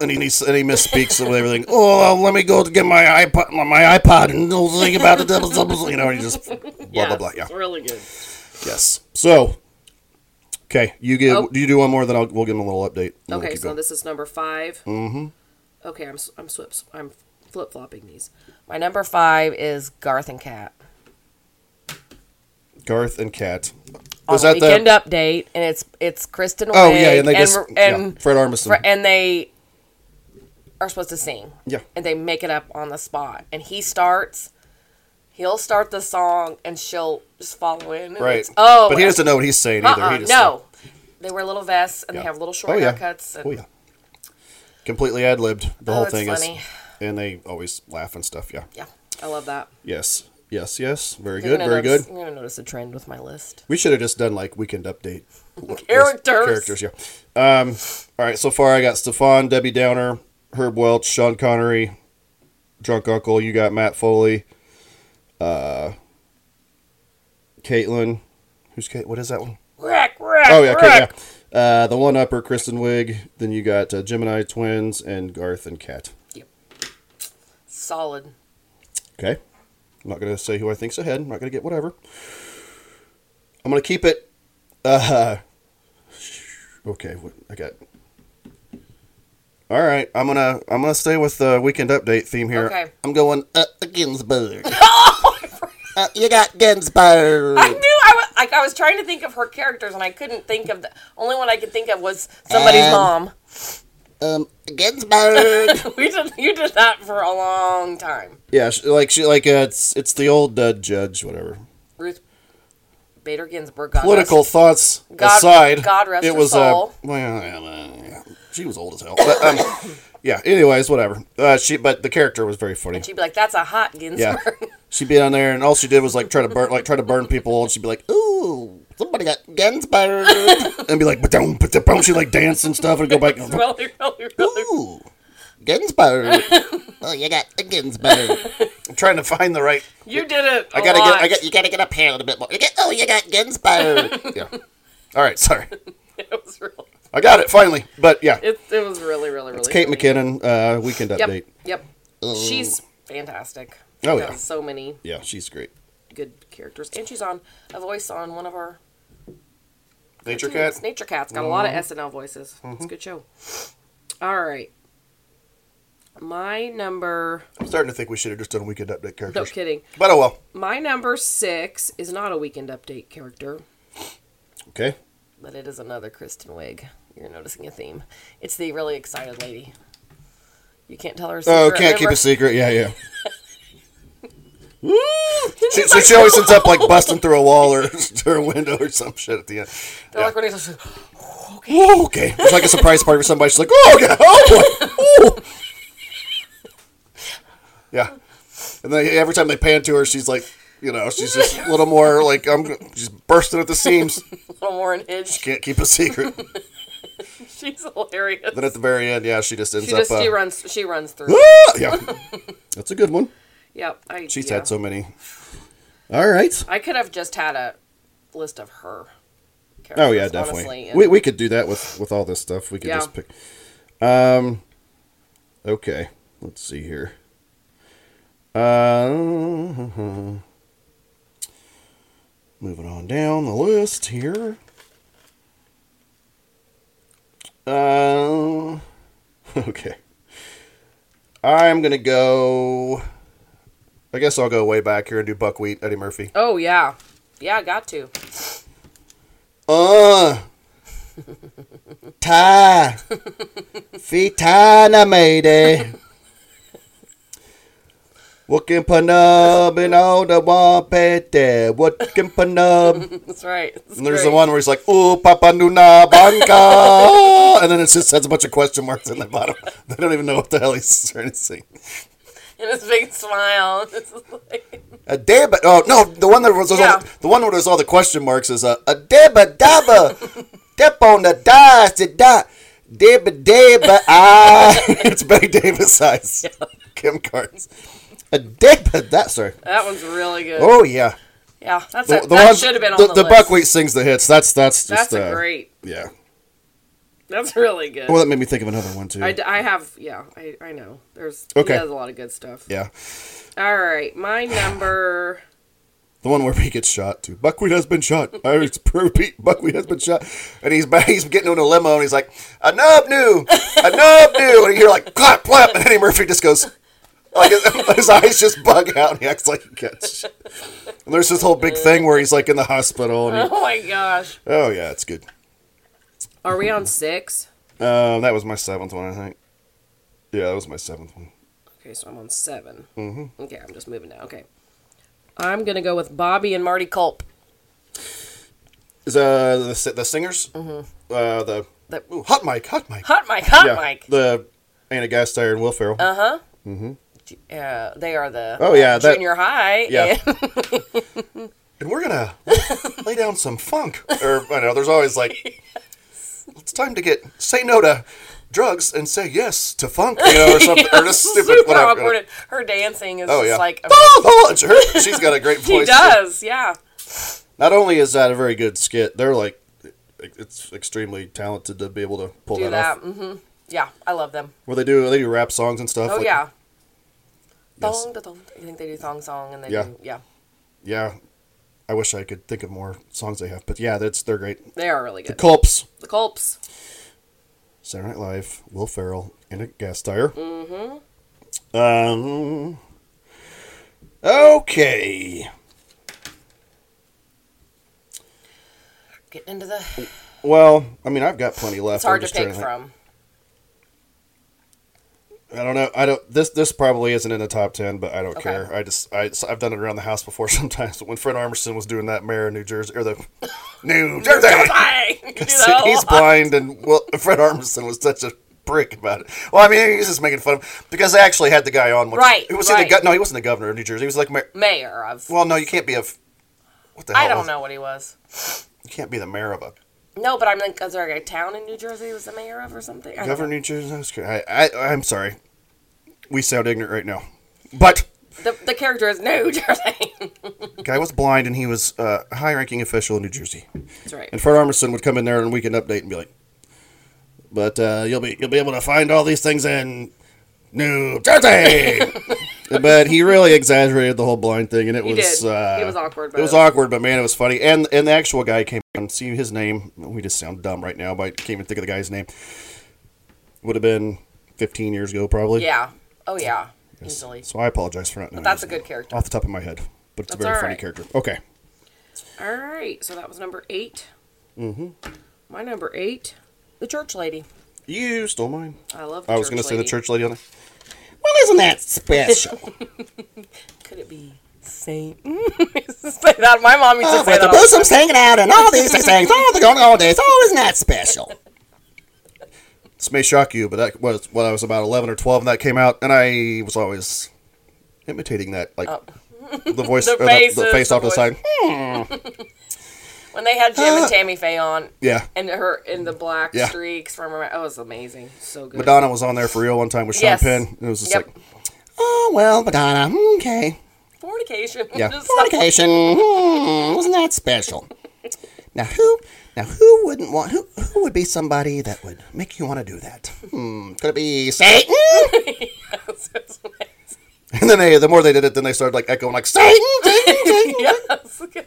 [SPEAKER 1] and he needs, and he misspeaks with everything. Oh, let me go to get my iPod, my iPod, and don't think about it. You know, and he just blah blah blah. Yeah,
[SPEAKER 2] It's really good.
[SPEAKER 1] yes. So, okay, you get
[SPEAKER 2] Oh.
[SPEAKER 1] do you do one more, then I'll, we'll give him a little update. and we'll
[SPEAKER 2] Okay,
[SPEAKER 1] keep
[SPEAKER 2] so
[SPEAKER 1] going.
[SPEAKER 2] this is number 5 Mm-hmm. Okay, I'm s- I'm swips I'm flip flopping these. My number five is Garth and Cat.
[SPEAKER 1] Garth and Kat.
[SPEAKER 2] On
[SPEAKER 1] Was that the?
[SPEAKER 2] weekend update, and it's it's Kristen
[SPEAKER 1] oh
[SPEAKER 2] Wiig
[SPEAKER 1] yeah, and they just
[SPEAKER 2] and,
[SPEAKER 1] yeah, Fred Armisen.
[SPEAKER 2] Fre- and they are supposed to sing.
[SPEAKER 1] Yeah.
[SPEAKER 2] And they make it up on the spot. And he starts, he'll start the song and she'll just follow in. and
[SPEAKER 1] right.
[SPEAKER 2] it's- oh,
[SPEAKER 1] but he doesn't know what he's saying either.
[SPEAKER 2] uh-uh,
[SPEAKER 1] He just,
[SPEAKER 2] no. They wear little vests and
[SPEAKER 1] yeah.
[SPEAKER 2] they have little short
[SPEAKER 1] oh, yeah.
[SPEAKER 2] haircuts. And
[SPEAKER 1] oh yeah. Completely ad libbed. The
[SPEAKER 2] Oh,
[SPEAKER 1] whole
[SPEAKER 2] it's
[SPEAKER 1] thing
[SPEAKER 2] funny.
[SPEAKER 1] is, and they always laugh and stuff. Yeah.
[SPEAKER 2] yeah, I love that.
[SPEAKER 1] Yes. Yes. Yes. Very
[SPEAKER 2] You're
[SPEAKER 1] good.
[SPEAKER 2] gonna
[SPEAKER 1] Very
[SPEAKER 2] notice,
[SPEAKER 1] good.
[SPEAKER 2] You're going to notice a trend with my list.
[SPEAKER 1] We should have just done like weekend update li-
[SPEAKER 2] Characters.
[SPEAKER 1] Characters, yeah. Um, all right, so far I got Stefan, Debbie Downer, Herb Welch, Sean Connery, Drunk Uncle. You got Matt Foley, uh, Caitlin. Who's Kate? What is that one?
[SPEAKER 2] Wreck, wreck,
[SPEAKER 1] Oh yeah,
[SPEAKER 2] wreck.
[SPEAKER 1] Kate, yeah. Uh, the one upper, Kristen Wiig. Then you got uh, Gemini Twins and Garth and Kat.
[SPEAKER 2] Solid.
[SPEAKER 1] Okay. I'm not going to say who I think's ahead. I'm not going to get whatever. I'm going to keep it. Uh, okay. What, I got. All right. I'm gonna I'm gonna stay with the weekend update theme here.
[SPEAKER 2] Okay.
[SPEAKER 1] I'm going uh, Ginsburg. uh, you got Ginsburg.
[SPEAKER 2] I Oh, knew I was like I was trying to think of her characters and I couldn't think of the only one I could think of was somebody's
[SPEAKER 1] Um,
[SPEAKER 2] mom.
[SPEAKER 1] Um, Ginsburg.
[SPEAKER 2] we did you did that for a long time.
[SPEAKER 1] yeah, she, like she like uh, it's it's the old uh, judge whatever.
[SPEAKER 2] Ruth Bader Ginsburg. God
[SPEAKER 1] political
[SPEAKER 2] rest-
[SPEAKER 1] thoughts
[SPEAKER 2] God-
[SPEAKER 1] aside,
[SPEAKER 2] God rest
[SPEAKER 1] it
[SPEAKER 2] her
[SPEAKER 1] was
[SPEAKER 2] soul.
[SPEAKER 1] Uh, well, yeah, well, yeah. she was old as hell. But, um, yeah. Anyways, whatever. Uh, she, but the character was very funny.
[SPEAKER 2] She'd be like, "That's a hot Ginsburg."
[SPEAKER 1] Yeah, she'd be on there, and all she did was like try to burn, like try to burn people, and she'd be like, "Ooh, somebody got Ginsburg," and be like, "But don't, but don't." She like dance and stuff, and go back.
[SPEAKER 2] really, really, really.
[SPEAKER 1] Ooh, Ginsburg.
[SPEAKER 3] Oh, you got a Ginsburg.
[SPEAKER 1] I'm trying to find the right.
[SPEAKER 2] You did it. I
[SPEAKER 1] I gotta get. I
[SPEAKER 3] you gotta get up here a little bit more. You get, oh, you got Ginsburg.
[SPEAKER 1] got. Yeah. All right. Sorry.
[SPEAKER 2] It was really.
[SPEAKER 1] I got it finally. But yeah,
[SPEAKER 2] It, it was really, really, really.
[SPEAKER 1] it's Kate
[SPEAKER 2] funny.
[SPEAKER 1] McKinnon. Uh, weekend update.
[SPEAKER 2] Yep. Yep. She's fantastic.
[SPEAKER 1] Oh,
[SPEAKER 2] Done
[SPEAKER 1] yeah.
[SPEAKER 2] So many
[SPEAKER 1] Yeah, she's great.
[SPEAKER 2] good characters, and she's on a voice on one of our
[SPEAKER 1] Nature
[SPEAKER 2] cartoons.
[SPEAKER 1] Cat. Mm-hmm.
[SPEAKER 2] Nature Cat's got a lot of SNL voices. It's a good show. All right. My number.
[SPEAKER 1] I'm starting to think we should have just done weekend update characters.
[SPEAKER 2] No kidding.
[SPEAKER 1] But oh well.
[SPEAKER 2] My number six is not a Weekend Update character.
[SPEAKER 1] Okay.
[SPEAKER 2] but it is another Kristen Wiig. You're noticing a theme. It's the really excited lady. You can't tell her. A secret,
[SPEAKER 1] Oh, can't keep
[SPEAKER 2] remember?
[SPEAKER 1] a secret. Yeah, yeah. she,
[SPEAKER 2] She's
[SPEAKER 1] so she always ends up like busting through a wall or through a window or some shit at the end.
[SPEAKER 2] They're like, when he's like,
[SPEAKER 1] Whoa, okay. It's like a surprise party for somebody. She's like, oh, yeah, oh boy. Ooh. Yeah. And then every time they pan to her, she's like, you know, she's just a little more like, I'm, she's bursting at the seams.
[SPEAKER 2] little more unhinged.
[SPEAKER 1] Can't keep a secret.
[SPEAKER 2] She's hilarious.
[SPEAKER 1] Then at the very end, yeah, she just ends
[SPEAKER 2] She just
[SPEAKER 1] up.
[SPEAKER 2] she
[SPEAKER 1] uh,
[SPEAKER 2] runs she runs through.
[SPEAKER 1] Ah! Yeah. That's a good one.
[SPEAKER 2] yep. I,
[SPEAKER 1] She's
[SPEAKER 2] yeah.
[SPEAKER 1] had so many. All right.
[SPEAKER 2] I could have just had a list of her. Characters,
[SPEAKER 1] Oh yeah, definitely.
[SPEAKER 2] Honestly, and
[SPEAKER 1] we we could do that with with all this stuff. We could
[SPEAKER 2] Yeah.
[SPEAKER 1] just pick. Um. Okay. Let's see here. Uh, moving on down the list here. Uh, okay. I'm gonna go. I guess I'll go way back here and do buckwheat, Eddie Murphy.
[SPEAKER 2] Oh yeah, yeah. I Got to.
[SPEAKER 1] Uh. Ta. Fitana mayday. Working panub in all the wampete. Working panub.
[SPEAKER 2] That's right. It's
[SPEAKER 1] And there's the
[SPEAKER 2] great.
[SPEAKER 1] one where he's like, ooh, papa nuna banca. and then it just has a bunch of question marks in the bottom. They don't even know what the hell he's trying to sing.
[SPEAKER 2] and his big smile. It's like,
[SPEAKER 1] A dabba. Oh no, the one that was was all
[SPEAKER 2] Yeah.
[SPEAKER 1] the, the one where there's all the question marks is uh, a dabba dabba. Dip on the dice to die. Dabba dabba ah. it's Betty Davis size. Kim Carnes. A dabba that sorry.
[SPEAKER 2] that one's really good.
[SPEAKER 1] Oh yeah.
[SPEAKER 2] yeah, that's
[SPEAKER 1] The,
[SPEAKER 2] a,
[SPEAKER 1] the
[SPEAKER 2] that
[SPEAKER 1] one-
[SPEAKER 2] should have been on
[SPEAKER 1] the,
[SPEAKER 2] the, list.
[SPEAKER 1] buckwheat sings the hits. That's that's just
[SPEAKER 2] That's a
[SPEAKER 1] uh,
[SPEAKER 2] great.
[SPEAKER 1] yeah.
[SPEAKER 2] That's really good.
[SPEAKER 1] Well, that made me think of another one too.
[SPEAKER 2] I, d- I have yeah I, I know there's
[SPEAKER 1] Okay.
[SPEAKER 2] he does a lot of good stuff.
[SPEAKER 1] yeah,
[SPEAKER 2] All right, my number.
[SPEAKER 1] the one where he gets shot too. Buckwheat has been shot. I repeat, Buckwheat has been shot, and he's ba- he's getting in a limo, and he's like, "A nub new, a nub new," and you're like, "Clap, clap," and Eddie Murphy just goes. Like his, his eyes just bug out, and he acts like he gets. shot. And there's this whole big thing where he's like in the hospital. And he,
[SPEAKER 2] Oh my gosh,
[SPEAKER 1] oh yeah, it's good.
[SPEAKER 2] are we on six?
[SPEAKER 1] Um, that was my seventh one, I think. Yeah, that was my seventh one.
[SPEAKER 2] Okay, so I'm on 7 Mm-hmm. Okay, I'm just moving now. Okay, I'm gonna go with Bobby and Marty Culp.
[SPEAKER 1] Is uh the si- the singers? Mm-hmm. Uh, the
[SPEAKER 2] The
[SPEAKER 1] ooh, hot mic, hot mic.
[SPEAKER 2] hot mic, hot
[SPEAKER 1] yeah,
[SPEAKER 2] mic.
[SPEAKER 1] The Anna Gasteyer and Will Ferrell.
[SPEAKER 2] Uh-huh. Mm-hmm. Uh, they are the
[SPEAKER 1] Oh, yeah, that-
[SPEAKER 2] junior high.
[SPEAKER 1] Yeah.
[SPEAKER 2] and-
[SPEAKER 1] and we're gonna lay down some funk. Or I know there's always like it's time to get say no to drugs and say yes to funk, you know, or something, or just stupid
[SPEAKER 2] super
[SPEAKER 1] whatever.
[SPEAKER 2] awkward. And Her dancing is
[SPEAKER 1] Oh
[SPEAKER 2] just
[SPEAKER 1] yeah,
[SPEAKER 2] like
[SPEAKER 1] Oh, the launcher. She's got a great voice.
[SPEAKER 2] she
[SPEAKER 1] too.
[SPEAKER 2] does. Yeah,
[SPEAKER 1] Not only is that a very good skit, they're like it's extremely talented to be able to pull
[SPEAKER 2] do
[SPEAKER 1] that,
[SPEAKER 2] that.
[SPEAKER 1] off.
[SPEAKER 2] Mm-hmm. Yeah, I love them.
[SPEAKER 1] Where they do they do rap songs and stuff.
[SPEAKER 2] Oh
[SPEAKER 1] like-
[SPEAKER 2] yeah.
[SPEAKER 1] Yes.
[SPEAKER 2] Thong, da, thong. I think they do thong song and they
[SPEAKER 1] Yeah.
[SPEAKER 2] do yeah.
[SPEAKER 1] yeah. I wish I could think of more songs they have, but yeah, that's they're great.
[SPEAKER 2] They are really good.
[SPEAKER 1] Culps,
[SPEAKER 2] The Culps.
[SPEAKER 1] Saturday Night Live, Will Ferrell, and a gas tire. Mm-hmm. Um. Okay.
[SPEAKER 2] Getting into the it's
[SPEAKER 1] Well, I mean, I've got plenty left. I'm
[SPEAKER 2] hard to
[SPEAKER 1] just trying
[SPEAKER 2] pick
[SPEAKER 1] think.
[SPEAKER 2] from.
[SPEAKER 1] I don't know. I don't. This this probably isn't in the top ten, but I don't
[SPEAKER 2] Okay.
[SPEAKER 1] care. I just I so I've done it around the house before sometimes. When Fred Armisen was doing that mayor of New Jersey or the New Jersey,
[SPEAKER 2] Bang! You do
[SPEAKER 1] See,
[SPEAKER 2] that a
[SPEAKER 1] he's
[SPEAKER 2] lot.
[SPEAKER 1] blind, and well, Fred Armisen was such a prick about it. Well, I mean, he's just making fun of him because they actually had the guy on. Once.
[SPEAKER 2] Right,
[SPEAKER 1] He was
[SPEAKER 2] right.
[SPEAKER 1] the go- no, he wasn't the governor of New Jersey. He was like, mayor.
[SPEAKER 2] mayor of
[SPEAKER 1] well, no, you can't be a. f- What the hell?
[SPEAKER 2] I don't
[SPEAKER 1] was-
[SPEAKER 2] know what he was.
[SPEAKER 1] You can't be the mayor of a
[SPEAKER 2] No, but I'm like, is there a town in New Jersey he was the mayor of or something? I don't
[SPEAKER 1] governor of
[SPEAKER 2] know.
[SPEAKER 1] New Jersey. That's good. I, I, I'm sorry. We sound ignorant right now, but
[SPEAKER 2] The, the character is New Jersey.
[SPEAKER 1] the guy was blind, and he was uh, a high-ranking official in New Jersey.
[SPEAKER 2] That's right.
[SPEAKER 1] And Fred Armisen would come in there on Weekend Update and be like, "But uh, you'll be you'll be able to find all these things in New Jersey." but he really exaggerated the whole blind thing, and it
[SPEAKER 2] He
[SPEAKER 1] was
[SPEAKER 2] did.
[SPEAKER 1] Uh,
[SPEAKER 2] It was awkward, but
[SPEAKER 1] it was
[SPEAKER 2] it was-
[SPEAKER 1] awkward, but man, it was funny. And and the actual guy came on. See his name. We just sound dumb right now, but I can't even think of the guy's name. Would have been 15 years ago, probably.
[SPEAKER 2] Yeah. Oh yeah. Easily.
[SPEAKER 1] So I apologize for not knowing.
[SPEAKER 2] That's a
[SPEAKER 1] his
[SPEAKER 2] good
[SPEAKER 1] name
[SPEAKER 2] character.
[SPEAKER 1] off the top of my head, but it's
[SPEAKER 2] That's
[SPEAKER 1] a very
[SPEAKER 2] all
[SPEAKER 1] funny
[SPEAKER 2] right.
[SPEAKER 1] character. Okay.
[SPEAKER 2] All right. So that was number 8 Mm-hmm. My number eight, the church lady.
[SPEAKER 1] You stole mine.
[SPEAKER 2] I love. The
[SPEAKER 1] I was
[SPEAKER 2] going
[SPEAKER 1] going
[SPEAKER 2] to
[SPEAKER 1] to say the church lady on it.
[SPEAKER 3] Well, isn't that special?
[SPEAKER 2] Could it be Saint? say that. My mom used to
[SPEAKER 3] Oh,
[SPEAKER 2] say
[SPEAKER 3] with
[SPEAKER 2] that.
[SPEAKER 3] the
[SPEAKER 2] all the time.
[SPEAKER 3] bosoms hanging out and all these things, all the going all days. Oh, isn't that special?
[SPEAKER 1] this may shock you, but that was when I was about 11 or 12 and that came out, and I was always imitating that, like the voice,
[SPEAKER 2] Oh. The
[SPEAKER 1] or the, the
[SPEAKER 2] faces,
[SPEAKER 1] face
[SPEAKER 2] the
[SPEAKER 1] off to the
[SPEAKER 2] voice.
[SPEAKER 1] side.
[SPEAKER 2] When they had Jim and Tammy Faye on,
[SPEAKER 1] Ah. Yeah.
[SPEAKER 2] and her in the black
[SPEAKER 1] Yeah.
[SPEAKER 2] streaks from her. Oh, it was amazing. So good.
[SPEAKER 1] Madonna was on there for real one time with Sean
[SPEAKER 2] Yes.
[SPEAKER 1] Penn, and it was just
[SPEAKER 2] Yep.
[SPEAKER 1] like,
[SPEAKER 3] Oh well, Madonna. Okay,
[SPEAKER 2] Fornication.
[SPEAKER 1] Yeah.
[SPEAKER 2] Just so-
[SPEAKER 3] fornication. Hmm, wasn't that special? Now who? Now who wouldn't want? Who? Who would be somebody that would make you want to do that? Hmm, could it be Satan?
[SPEAKER 2] Yes, it's amazing.
[SPEAKER 1] and then they, the more they did it, then they started like echoing like Satan, Satan, Satan.
[SPEAKER 2] yes. Good.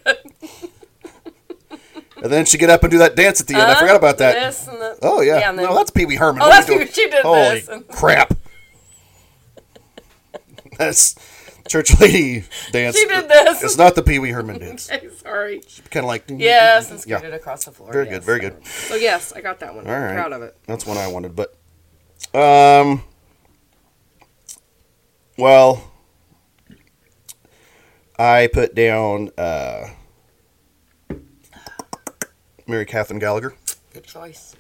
[SPEAKER 1] and then she get up and do that dance at the end. I forgot about that.
[SPEAKER 2] This and the,
[SPEAKER 1] Oh yeah,
[SPEAKER 2] and
[SPEAKER 1] no, that's Pee Wee Herman.
[SPEAKER 2] Oh,
[SPEAKER 1] What are
[SPEAKER 2] that's
[SPEAKER 1] you doing?
[SPEAKER 2] Pee Wee- she did
[SPEAKER 1] Holy
[SPEAKER 2] this and-
[SPEAKER 1] crap! that's church lady dance.
[SPEAKER 2] She did this.
[SPEAKER 1] It's not the Pee Wee Herman dance.
[SPEAKER 2] Okay, sorry.
[SPEAKER 1] kind of like
[SPEAKER 2] Yes, and
[SPEAKER 1] Yeah.
[SPEAKER 2] scooted across the floor.
[SPEAKER 1] Very
[SPEAKER 2] yes.
[SPEAKER 1] good, very good.
[SPEAKER 2] So yes, I got that one.
[SPEAKER 1] All right,
[SPEAKER 2] Proud of it.
[SPEAKER 1] That's one I wanted, but um, well, I put down uh, Mary Catherine Gallagher.
[SPEAKER 2] Good choice.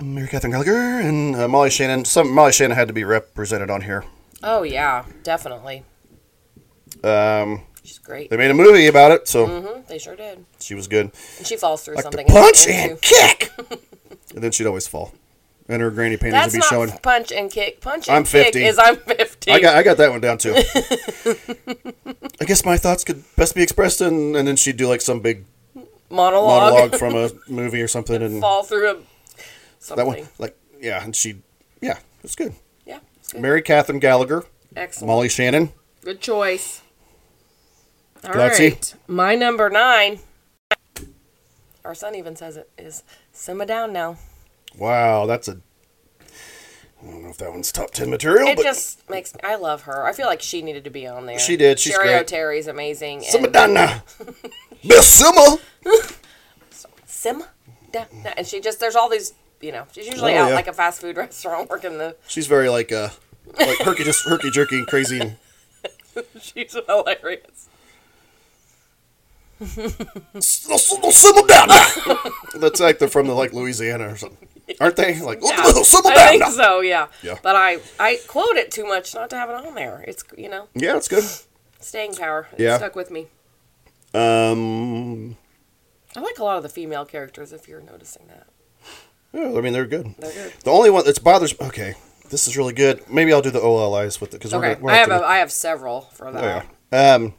[SPEAKER 1] Mary Catherine Gallagher and uh, Molly Shannon. Some Molly Shannon had to be represented on here.
[SPEAKER 2] Oh yeah, definitely.
[SPEAKER 1] Um,
[SPEAKER 2] She's great.
[SPEAKER 1] they made a movie about it, so
[SPEAKER 2] hmm They sure did.
[SPEAKER 1] she was good.
[SPEAKER 2] And she falls through
[SPEAKER 1] Like the
[SPEAKER 2] something.
[SPEAKER 3] Punch
[SPEAKER 2] too.
[SPEAKER 3] and kick.
[SPEAKER 1] And then she'd always fall, and her granny panties would
[SPEAKER 2] That's
[SPEAKER 1] be
[SPEAKER 2] not
[SPEAKER 1] showing.
[SPEAKER 2] punch and kick. Punch and
[SPEAKER 1] I'm
[SPEAKER 2] kick
[SPEAKER 1] 50.
[SPEAKER 2] is I'm fifty.
[SPEAKER 1] I got I got that one down too. I guess my thoughts could best be expressed, in, and then she'd do like some big
[SPEAKER 2] monologue.
[SPEAKER 1] monologue from a movie or something, and
[SPEAKER 2] Fall through a something.
[SPEAKER 1] that one, like yeah, and she, yeah, it was good.
[SPEAKER 2] Yeah. it's good.
[SPEAKER 1] Mary Catherine Gallagher,
[SPEAKER 2] Excellent.
[SPEAKER 1] Molly Shannon.
[SPEAKER 2] Good choice. All right,
[SPEAKER 1] Grazie.
[SPEAKER 2] My number nine. Our son even says it is simmer down now.
[SPEAKER 1] Wow, that's a. I don't know if that one's top ten material,
[SPEAKER 2] It
[SPEAKER 1] but
[SPEAKER 2] just makes me. I love her. I feel like she needed to be on there.
[SPEAKER 1] She did. She's
[SPEAKER 2] Sherry
[SPEAKER 1] great.
[SPEAKER 2] O'Terry's amazing.
[SPEAKER 1] Summer
[SPEAKER 2] And
[SPEAKER 1] Donna, Miss Summer.
[SPEAKER 2] Sim, da, da- and she just there's all these. You know, she's usually
[SPEAKER 1] Oh,
[SPEAKER 2] out
[SPEAKER 1] yeah.
[SPEAKER 2] like a fast food restaurant working the.
[SPEAKER 1] She's very like uh, like herky just herky jerky and crazy. And,
[SPEAKER 2] She's hilarious.
[SPEAKER 1] Summer Donna. That's like they're from the like Louisiana or something, aren't they? Like Summer
[SPEAKER 2] I think
[SPEAKER 1] Donna.
[SPEAKER 2] so. Yeah.
[SPEAKER 1] Oh, Yeah.
[SPEAKER 2] But I I quote it too much not to have it on there. It's you know
[SPEAKER 1] Yeah, that's good.
[SPEAKER 2] staying power. It
[SPEAKER 1] Yeah.
[SPEAKER 2] Stuck with me.
[SPEAKER 1] Um,
[SPEAKER 2] I like a lot of the female characters. If you're noticing that,
[SPEAKER 1] yeah, I mean they're good.
[SPEAKER 2] they're good.
[SPEAKER 1] The only one that's bothers. Okay, this is really good. Maybe I'll do the OLIs with it because we're
[SPEAKER 2] Okay,
[SPEAKER 1] gonna. We're
[SPEAKER 2] I have
[SPEAKER 1] gonna-
[SPEAKER 2] a, I have several for that.
[SPEAKER 1] Oh, yeah. Um,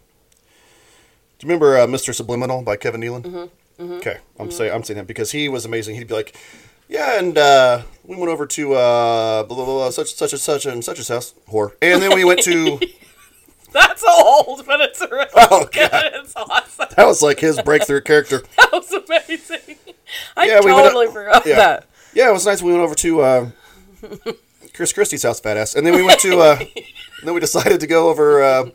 [SPEAKER 1] do you remember uh, Mr. Subliminal by Kevin Nealon? Okay, I'm saying I'm saying that because he was amazing. He'd be like, "Yeah, and uh, we went over to uh, blah, blah blah such such and such and such a house whore, and then we went to
[SPEAKER 2] That's old, but it's really
[SPEAKER 1] Oh,
[SPEAKER 2] good.
[SPEAKER 1] God.
[SPEAKER 2] It's awesome.
[SPEAKER 1] that was like his breakthrough character.
[SPEAKER 2] That was amazing. I
[SPEAKER 1] Yeah, we went
[SPEAKER 2] totally
[SPEAKER 1] up-
[SPEAKER 2] forgot
[SPEAKER 1] yeah.
[SPEAKER 2] that.
[SPEAKER 1] Yeah, it was nice. We went over to uh, Chris Christie's house, badass, and then we went to uh, and then we decided to go over. Uh,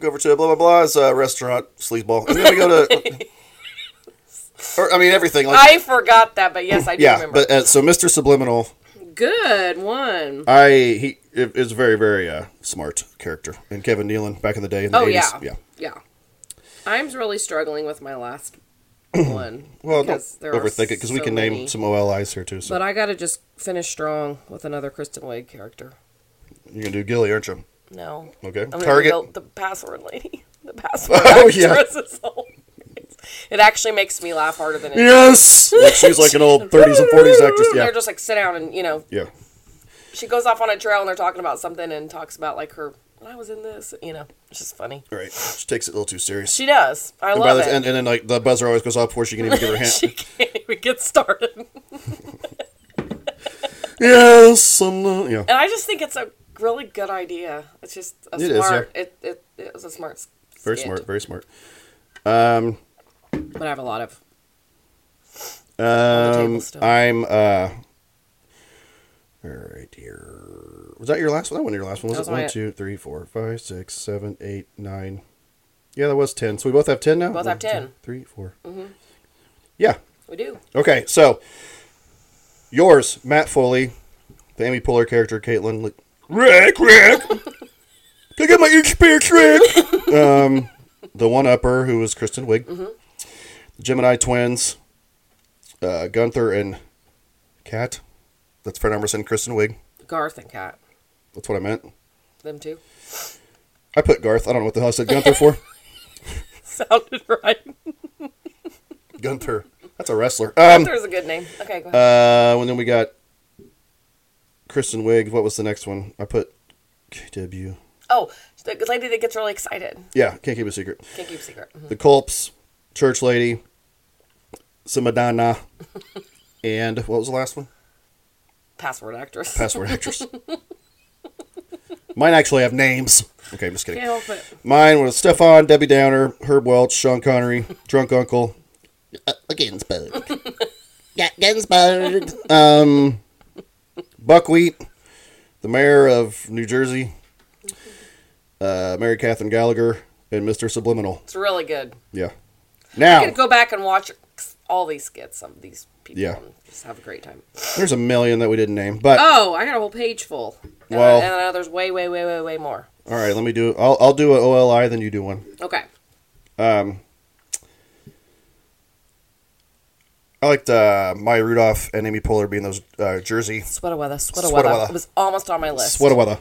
[SPEAKER 1] Go over to blah blah blah's uh, restaurant, sleazeball, and then we go to, or I mean everything. Like,
[SPEAKER 2] I forgot that, but yes, I do
[SPEAKER 1] yeah,
[SPEAKER 2] remember.
[SPEAKER 1] but uh, so Mr. Subliminal,
[SPEAKER 2] good one.
[SPEAKER 1] I he i- is a very very uh, smart character, and Kevin Nealon back in the day in the
[SPEAKER 2] Oh
[SPEAKER 1] eighties.
[SPEAKER 2] yeah, yeah. I'm really struggling with my last one.
[SPEAKER 1] Well, don't
[SPEAKER 2] because there are
[SPEAKER 1] overthink it because we
[SPEAKER 2] so
[SPEAKER 1] can
[SPEAKER 2] many.
[SPEAKER 1] name some OLIs here too. So
[SPEAKER 2] But I gotta just finish strong with another Kristen Wiig character.
[SPEAKER 1] you're gonna do Gilly, aren't you?
[SPEAKER 2] No.
[SPEAKER 1] Okay.
[SPEAKER 2] I'm gonna
[SPEAKER 1] Target.
[SPEAKER 2] go- The password lady. The password
[SPEAKER 1] Oh, yeah.
[SPEAKER 2] actress is hilarious. It actually makes me laugh harder than it
[SPEAKER 1] Yes. Like she's like an old thirties and forties actress. Yeah.
[SPEAKER 2] They're just like sit down and you know
[SPEAKER 1] yeah.
[SPEAKER 2] she goes off on a trail and they're talking about something and talks about like her when I was in this you know it's just funny
[SPEAKER 1] All right. She takes it a little too serious.
[SPEAKER 2] she does I
[SPEAKER 1] and, by
[SPEAKER 2] love
[SPEAKER 1] the,
[SPEAKER 2] it
[SPEAKER 1] and, and then like the buzzer always goes off before she can even give her hand.
[SPEAKER 2] she can't even get started
[SPEAKER 1] yes, I'm not. Yeah.
[SPEAKER 2] and I just think it's a really good idea it's just a
[SPEAKER 1] It is,
[SPEAKER 2] smart it, it it was a smart s-
[SPEAKER 1] Very
[SPEAKER 2] skit.
[SPEAKER 1] smart. Very smart. Um.
[SPEAKER 2] but I have a lot of the table
[SPEAKER 1] Um,
[SPEAKER 2] still.
[SPEAKER 1] I'm uh. All right, here. Was that your last one? That wasn't your last one. Was
[SPEAKER 2] That was
[SPEAKER 1] it one,
[SPEAKER 2] my-
[SPEAKER 1] two, three, four, five, six, seven, eight, nine? Yeah, that was ten. So we both have ten now.
[SPEAKER 2] Both have Mm-hmm. 10.
[SPEAKER 1] three, four. Yeah.
[SPEAKER 2] we do
[SPEAKER 1] Okay. So yours, Matt Foley, the Amy Poehler character, Caitlin. Like, Rick, Rick. Can I get my each speech, Rick? um, the one upper who was Kristen Wiig, the Gemini twins, uh, Gunther and Kat. That's Fred Emerson, Kristen Wiig.
[SPEAKER 2] Garth and Kat
[SPEAKER 1] That's what I meant.
[SPEAKER 2] them too
[SPEAKER 1] I put Garth. I don't know what the hell I said Gunther for.
[SPEAKER 2] sounded right
[SPEAKER 1] Gunther. That's a wrestler. Um,
[SPEAKER 2] there's a good name okay go ahead
[SPEAKER 1] Uh, and then we got Kristen Wiig. What was the next one? I put KW.
[SPEAKER 2] oh the lady that gets really excited
[SPEAKER 1] Yeah, can't keep a secret.
[SPEAKER 2] can't keep secret Mhm.
[SPEAKER 1] The Culps, Church Lady, Simadana, and what was the last one?
[SPEAKER 2] password actress
[SPEAKER 1] Password actress. Mine actually have names. Okay, I'm just kidding.
[SPEAKER 2] can't help it
[SPEAKER 1] Mine was Stefan, Debbie Downer, Herb Welch, Sean Connery, Drunk Uncle,
[SPEAKER 3] Uh, Ginsburg. yeah, Ginsburg.
[SPEAKER 1] um, Buckwheat, the mayor of New Jersey, uh, Mary Catherine Gallagher, and Mr. Subliminal.
[SPEAKER 2] it's really good
[SPEAKER 1] Yeah.
[SPEAKER 2] I'm
[SPEAKER 1] Now,
[SPEAKER 2] gonna go back and watch all these skits of these people
[SPEAKER 1] Oh. Yeah.
[SPEAKER 2] and just have a great time.
[SPEAKER 1] there's a million that we didn't name, but
[SPEAKER 2] Oh, I got a whole page full. And,
[SPEAKER 1] Well-
[SPEAKER 2] then, and then there's way, way, way, way, way more.
[SPEAKER 1] all right, let me do. I'll I'll do an OLI, then you do Um, one.
[SPEAKER 2] Okay.
[SPEAKER 1] Um, I liked uh, Maya Rudolph and Amy Poehler being those uh, Jersey
[SPEAKER 2] Sweater weather, sweater,
[SPEAKER 1] Sweater
[SPEAKER 2] weather.
[SPEAKER 1] weather.
[SPEAKER 2] It was almost on my list. Mm-hmm.
[SPEAKER 1] sweater weather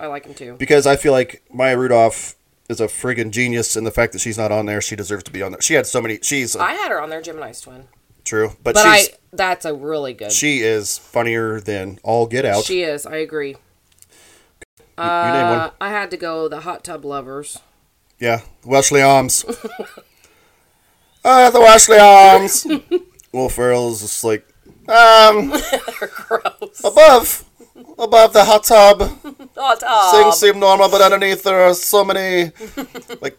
[SPEAKER 2] I like him too.
[SPEAKER 1] because I feel like Maya Rudolph is a friggin' genius, and the fact that she's not on there, she deserves to be on there. She had so many. She's uh,
[SPEAKER 2] I had her on there, Gemini's twin.
[SPEAKER 1] true, but,
[SPEAKER 2] But
[SPEAKER 1] she's
[SPEAKER 2] I that's a really good. She,
[SPEAKER 1] she is funnier than all get out.
[SPEAKER 2] is. I agree.
[SPEAKER 1] You- you name one.
[SPEAKER 2] Uh, I had to go the hot tub lovers.
[SPEAKER 1] Yeah, Wesley Arms. uh, the Wesley Arms. Will Ferrell's just like, um, above, above the hot tub,
[SPEAKER 2] Hot tub.
[SPEAKER 1] things seem normal, but underneath there are so many, like,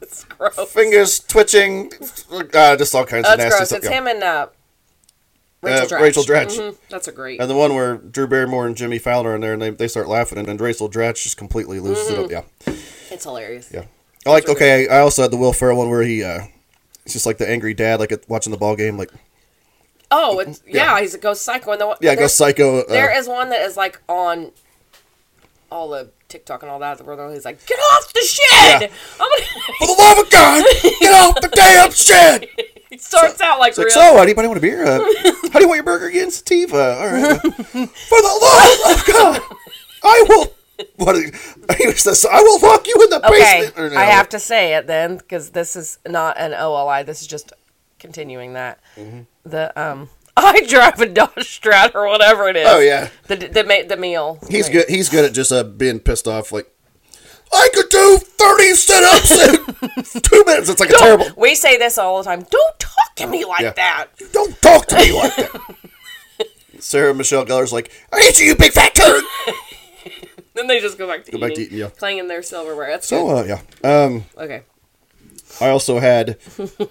[SPEAKER 2] It's gross.
[SPEAKER 1] fingers twitching, uh, just all kinds
[SPEAKER 2] That's
[SPEAKER 1] of nasty
[SPEAKER 2] gross.
[SPEAKER 1] stuff.
[SPEAKER 2] It's
[SPEAKER 1] yeah.
[SPEAKER 2] him and uh, Rachel
[SPEAKER 1] Uh,
[SPEAKER 2] Dratch.
[SPEAKER 1] Rachel Dratch.
[SPEAKER 2] Mhm. That's a great.
[SPEAKER 1] And the one where Drew Barrymore and Jimmy Fallon are in there, and they, they start laughing, and then Rachel Dratch just completely loses it
[SPEAKER 2] Mm-hmm.
[SPEAKER 1] up. Yeah,
[SPEAKER 2] It's hilarious.
[SPEAKER 1] yeah. I like. Okay, I also had the Will Ferrell one where he, uh, it's just like the angry dad, like at, watching the ball game, like
[SPEAKER 2] Oh, it's yeah. He's a ghost psycho. And the one-
[SPEAKER 1] Yeah, go
[SPEAKER 2] there's-
[SPEAKER 1] psycho. Uh,
[SPEAKER 2] There is one that is like on all the TikTok and all that. The brother he's like, "Get off the shed!"
[SPEAKER 1] Yeah.
[SPEAKER 2] I'm
[SPEAKER 1] For
[SPEAKER 2] gonna,
[SPEAKER 1] the love of God, get off the damn shit!
[SPEAKER 2] he starts out like,
[SPEAKER 1] It's like,
[SPEAKER 2] real.
[SPEAKER 1] so, anybody want a beer? Uh, how do you want your burger again? Sativa. All right. For the love of God, I will. What? is- He was this. I will lock you in the
[SPEAKER 2] okay,
[SPEAKER 1] basement. Or no.
[SPEAKER 2] I have to say it then because this is not an OLI. This is just continuing that.
[SPEAKER 1] Mm-hmm.
[SPEAKER 2] The um, I drive a Dodge Strat or whatever it is.
[SPEAKER 1] Oh yeah,
[SPEAKER 2] the the, ma- the meal.
[SPEAKER 1] he's good. He's good at just uh, being pissed off. Like I could do thirty sit-ups in two minutes. It's like a terrible.
[SPEAKER 2] We say this all the time. Don't talk to me like
[SPEAKER 1] Yeah.
[SPEAKER 2] that.
[SPEAKER 1] Don't talk to me like that. Sarah Michelle Gellar's like, I hate you, you big fat turd.
[SPEAKER 2] Then they just go back to
[SPEAKER 1] back to
[SPEAKER 2] eating,
[SPEAKER 1] eating, yeah.
[SPEAKER 2] playing in their silverware. That's
[SPEAKER 1] So uh, yeah. Um,
[SPEAKER 2] good. Okay.
[SPEAKER 1] I also had uh,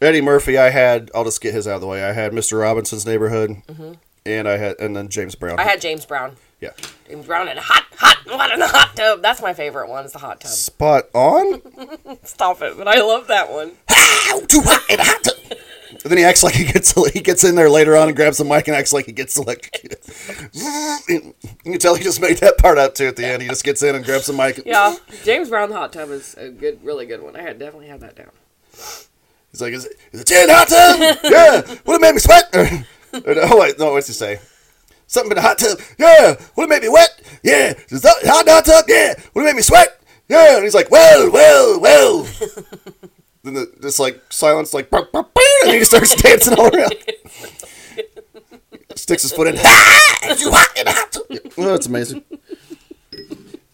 [SPEAKER 1] Eddie Murphy. I had. I'll just get his out of the way. I had Mr. Robinson's Neighborhood, and Mm-hmm. I had, and then James Brown.
[SPEAKER 2] I had James Brown.
[SPEAKER 1] yeah,
[SPEAKER 2] James Brown in a hot, hot, what in the hot tub. That's my favorite one. Is the hot tub.
[SPEAKER 1] spot on.
[SPEAKER 2] Stop it, but I love that one.
[SPEAKER 1] Ow, too hot and hot. And then he acts like he gets he gets in there later on and grabs the mic and acts like he gets electrocuted. you can tell he just made that part out too at the end. He just gets in and grabs the mic.
[SPEAKER 2] Yeah, James Brown the hot tub is a good, really good one. I had definitely had that down.
[SPEAKER 1] He's like, is it, is it gin hot tub? yeah. Would it make me sweat? Or- or no, wait, no, what's he say? Something in a hot tub. Yeah. Would it make me wet? Yeah. Is that hot hot tub? Yeah. Would it make me sweat? Yeah. And he's like, well, well, well. then the, this like silence, like, "Bah, bah, bah," and he just starts dancing all around. Sticks his foot in. Ah, it's too hot in a hot tub. Yeah. Oh, that's amazing.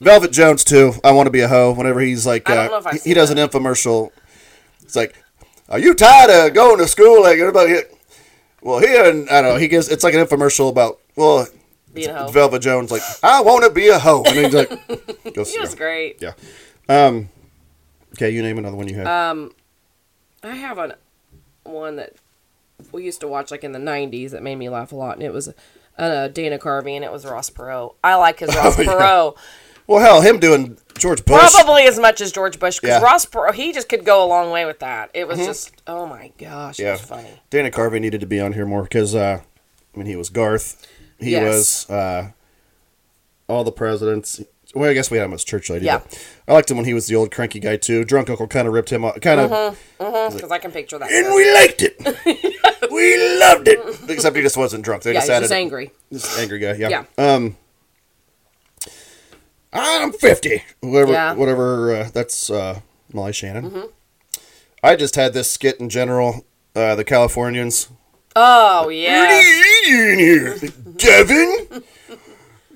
[SPEAKER 1] Velvet Jones too. I want to be a hoe. Whenever he's like,
[SPEAKER 2] I don't know
[SPEAKER 1] uh,
[SPEAKER 2] if I've
[SPEAKER 1] he, he
[SPEAKER 2] seen
[SPEAKER 1] does an infomercial. It's like, are you tired of going to school like everybody? Here? Well, here and I don't know. He gives it's like an infomercial about well,
[SPEAKER 2] Being a hoe.
[SPEAKER 1] Velvet Jones like I want to be a hoe, and he's like, goes,
[SPEAKER 2] He was
[SPEAKER 1] yeah.
[SPEAKER 2] great.
[SPEAKER 1] yeah. Um, okay, you name another one you had.
[SPEAKER 2] I have an one that we used to watch like in the '90s that made me laugh a lot, and it was uh, Dana Carvey, and it was Ross Perot. I like his Ross
[SPEAKER 1] Oh, yeah.
[SPEAKER 2] Perot
[SPEAKER 1] well, hell, him doing George Bush.
[SPEAKER 2] probably as much as George Bush because
[SPEAKER 1] Yeah. Mm-hmm.
[SPEAKER 2] Ross Perot he just could go a long way with that. It was just oh my gosh, it
[SPEAKER 1] Yeah,
[SPEAKER 2] was funny.
[SPEAKER 1] Dana Carvey needed to be on here more because uh, I mean he was Garth, he
[SPEAKER 2] Yes.
[SPEAKER 1] was uh, all the presidents. Well, I guess we had him as church lady.
[SPEAKER 2] Yeah.
[SPEAKER 1] but I liked him when he was the old cranky guy too. Drunk Uncle kind of ripped him off, kind of,
[SPEAKER 2] Uh-huh. Because I can picture that.
[SPEAKER 1] and we liked it. we loved it. Except he just wasn't drunk. They
[SPEAKER 2] yeah,
[SPEAKER 1] just
[SPEAKER 2] he's
[SPEAKER 1] added
[SPEAKER 2] just angry.
[SPEAKER 1] this angry guy. Yeah.
[SPEAKER 2] Yeah.
[SPEAKER 1] Um. I'm 50. Whatever.
[SPEAKER 2] Yeah. Mm-hmm.
[SPEAKER 1] Whatever. Uh, that's uh, Molly Shannon. I just had this skit in general. Uh, the Californians.
[SPEAKER 2] Oh
[SPEAKER 1] What
[SPEAKER 2] yeah.
[SPEAKER 1] are you eating here, Devin?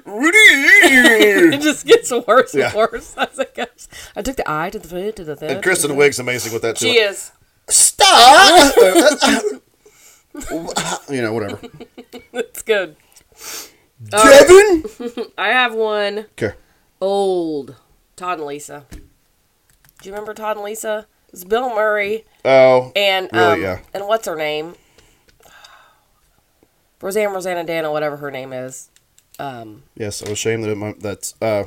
[SPEAKER 1] What are you eating here?
[SPEAKER 2] It just gets worse
[SPEAKER 1] Yeah.
[SPEAKER 2] and worse as it goes. I took the eye to the foot to the thing.
[SPEAKER 1] And Kristen Wiig's amazing with that too.
[SPEAKER 2] She is.
[SPEAKER 1] Stop. you know, whatever.
[SPEAKER 2] It's good.
[SPEAKER 1] Devin.
[SPEAKER 2] I have one
[SPEAKER 1] Okay.
[SPEAKER 2] old Todd and Lisa. Do you remember Todd and Lisa? It's Bill Murray
[SPEAKER 1] Oh.
[SPEAKER 2] and
[SPEAKER 1] Really,
[SPEAKER 2] um,
[SPEAKER 1] yeah.
[SPEAKER 2] and what's her name? Roseanne, Rosanna, Dana, whatever her name is. Um,
[SPEAKER 1] Yes, I was ashamed that it, might- that's uh,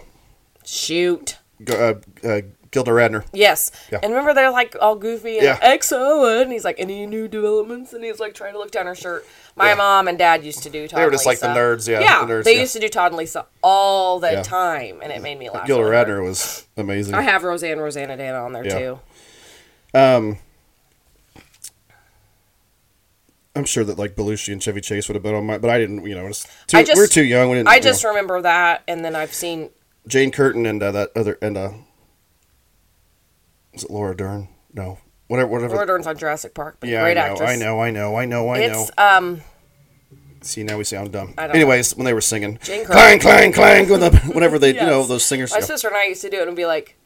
[SPEAKER 2] shoot.
[SPEAKER 1] G- uh, uh, Gilda Radner.
[SPEAKER 2] Yes.
[SPEAKER 1] Yeah.
[SPEAKER 2] And remember they're like all goofy and
[SPEAKER 1] Yeah.
[SPEAKER 2] XO and he's like, any new developments? And he's like trying to look down her shirt. My mom and dad used to do Todd
[SPEAKER 1] were
[SPEAKER 2] and
[SPEAKER 1] just like the
[SPEAKER 2] Lisa.
[SPEAKER 1] nerds, yeah,
[SPEAKER 2] Yeah.
[SPEAKER 1] the nerds,
[SPEAKER 2] they
[SPEAKER 1] yeah.
[SPEAKER 2] used to do Todd and Lisa all the
[SPEAKER 1] Yeah.
[SPEAKER 2] time and it made me laugh.
[SPEAKER 1] Gilda
[SPEAKER 2] really hard.
[SPEAKER 1] Radner was amazing.
[SPEAKER 2] I have Roseanne, Rosanna Dana on there
[SPEAKER 1] Yeah.
[SPEAKER 2] too.
[SPEAKER 1] Um, I'm sure that like Belushi and Chevy Chase would have been on my, but I didn't. You know, it's too,
[SPEAKER 2] I just-
[SPEAKER 1] we're too young. We didn't,
[SPEAKER 2] I
[SPEAKER 1] you know.
[SPEAKER 2] just remember that, and then I've seen
[SPEAKER 1] Jane Curtin and uh, that other and uh, is it Laura Dern? No, whatever, whatever.
[SPEAKER 2] Laura Dern's on Jurassic Park, but
[SPEAKER 1] yeah,
[SPEAKER 2] great
[SPEAKER 1] I know,
[SPEAKER 2] actress.
[SPEAKER 1] I know, I know, I know, I know.
[SPEAKER 2] It's um
[SPEAKER 1] See, now we sound dumb.
[SPEAKER 2] don't know.
[SPEAKER 1] Anyways, when they were singing,
[SPEAKER 2] Jane
[SPEAKER 1] clang, clang, clang, with the, whenever they, you know,
[SPEAKER 2] Yes.
[SPEAKER 1] those singers.
[SPEAKER 2] my
[SPEAKER 1] you know,
[SPEAKER 2] sister and I used to do it and be like,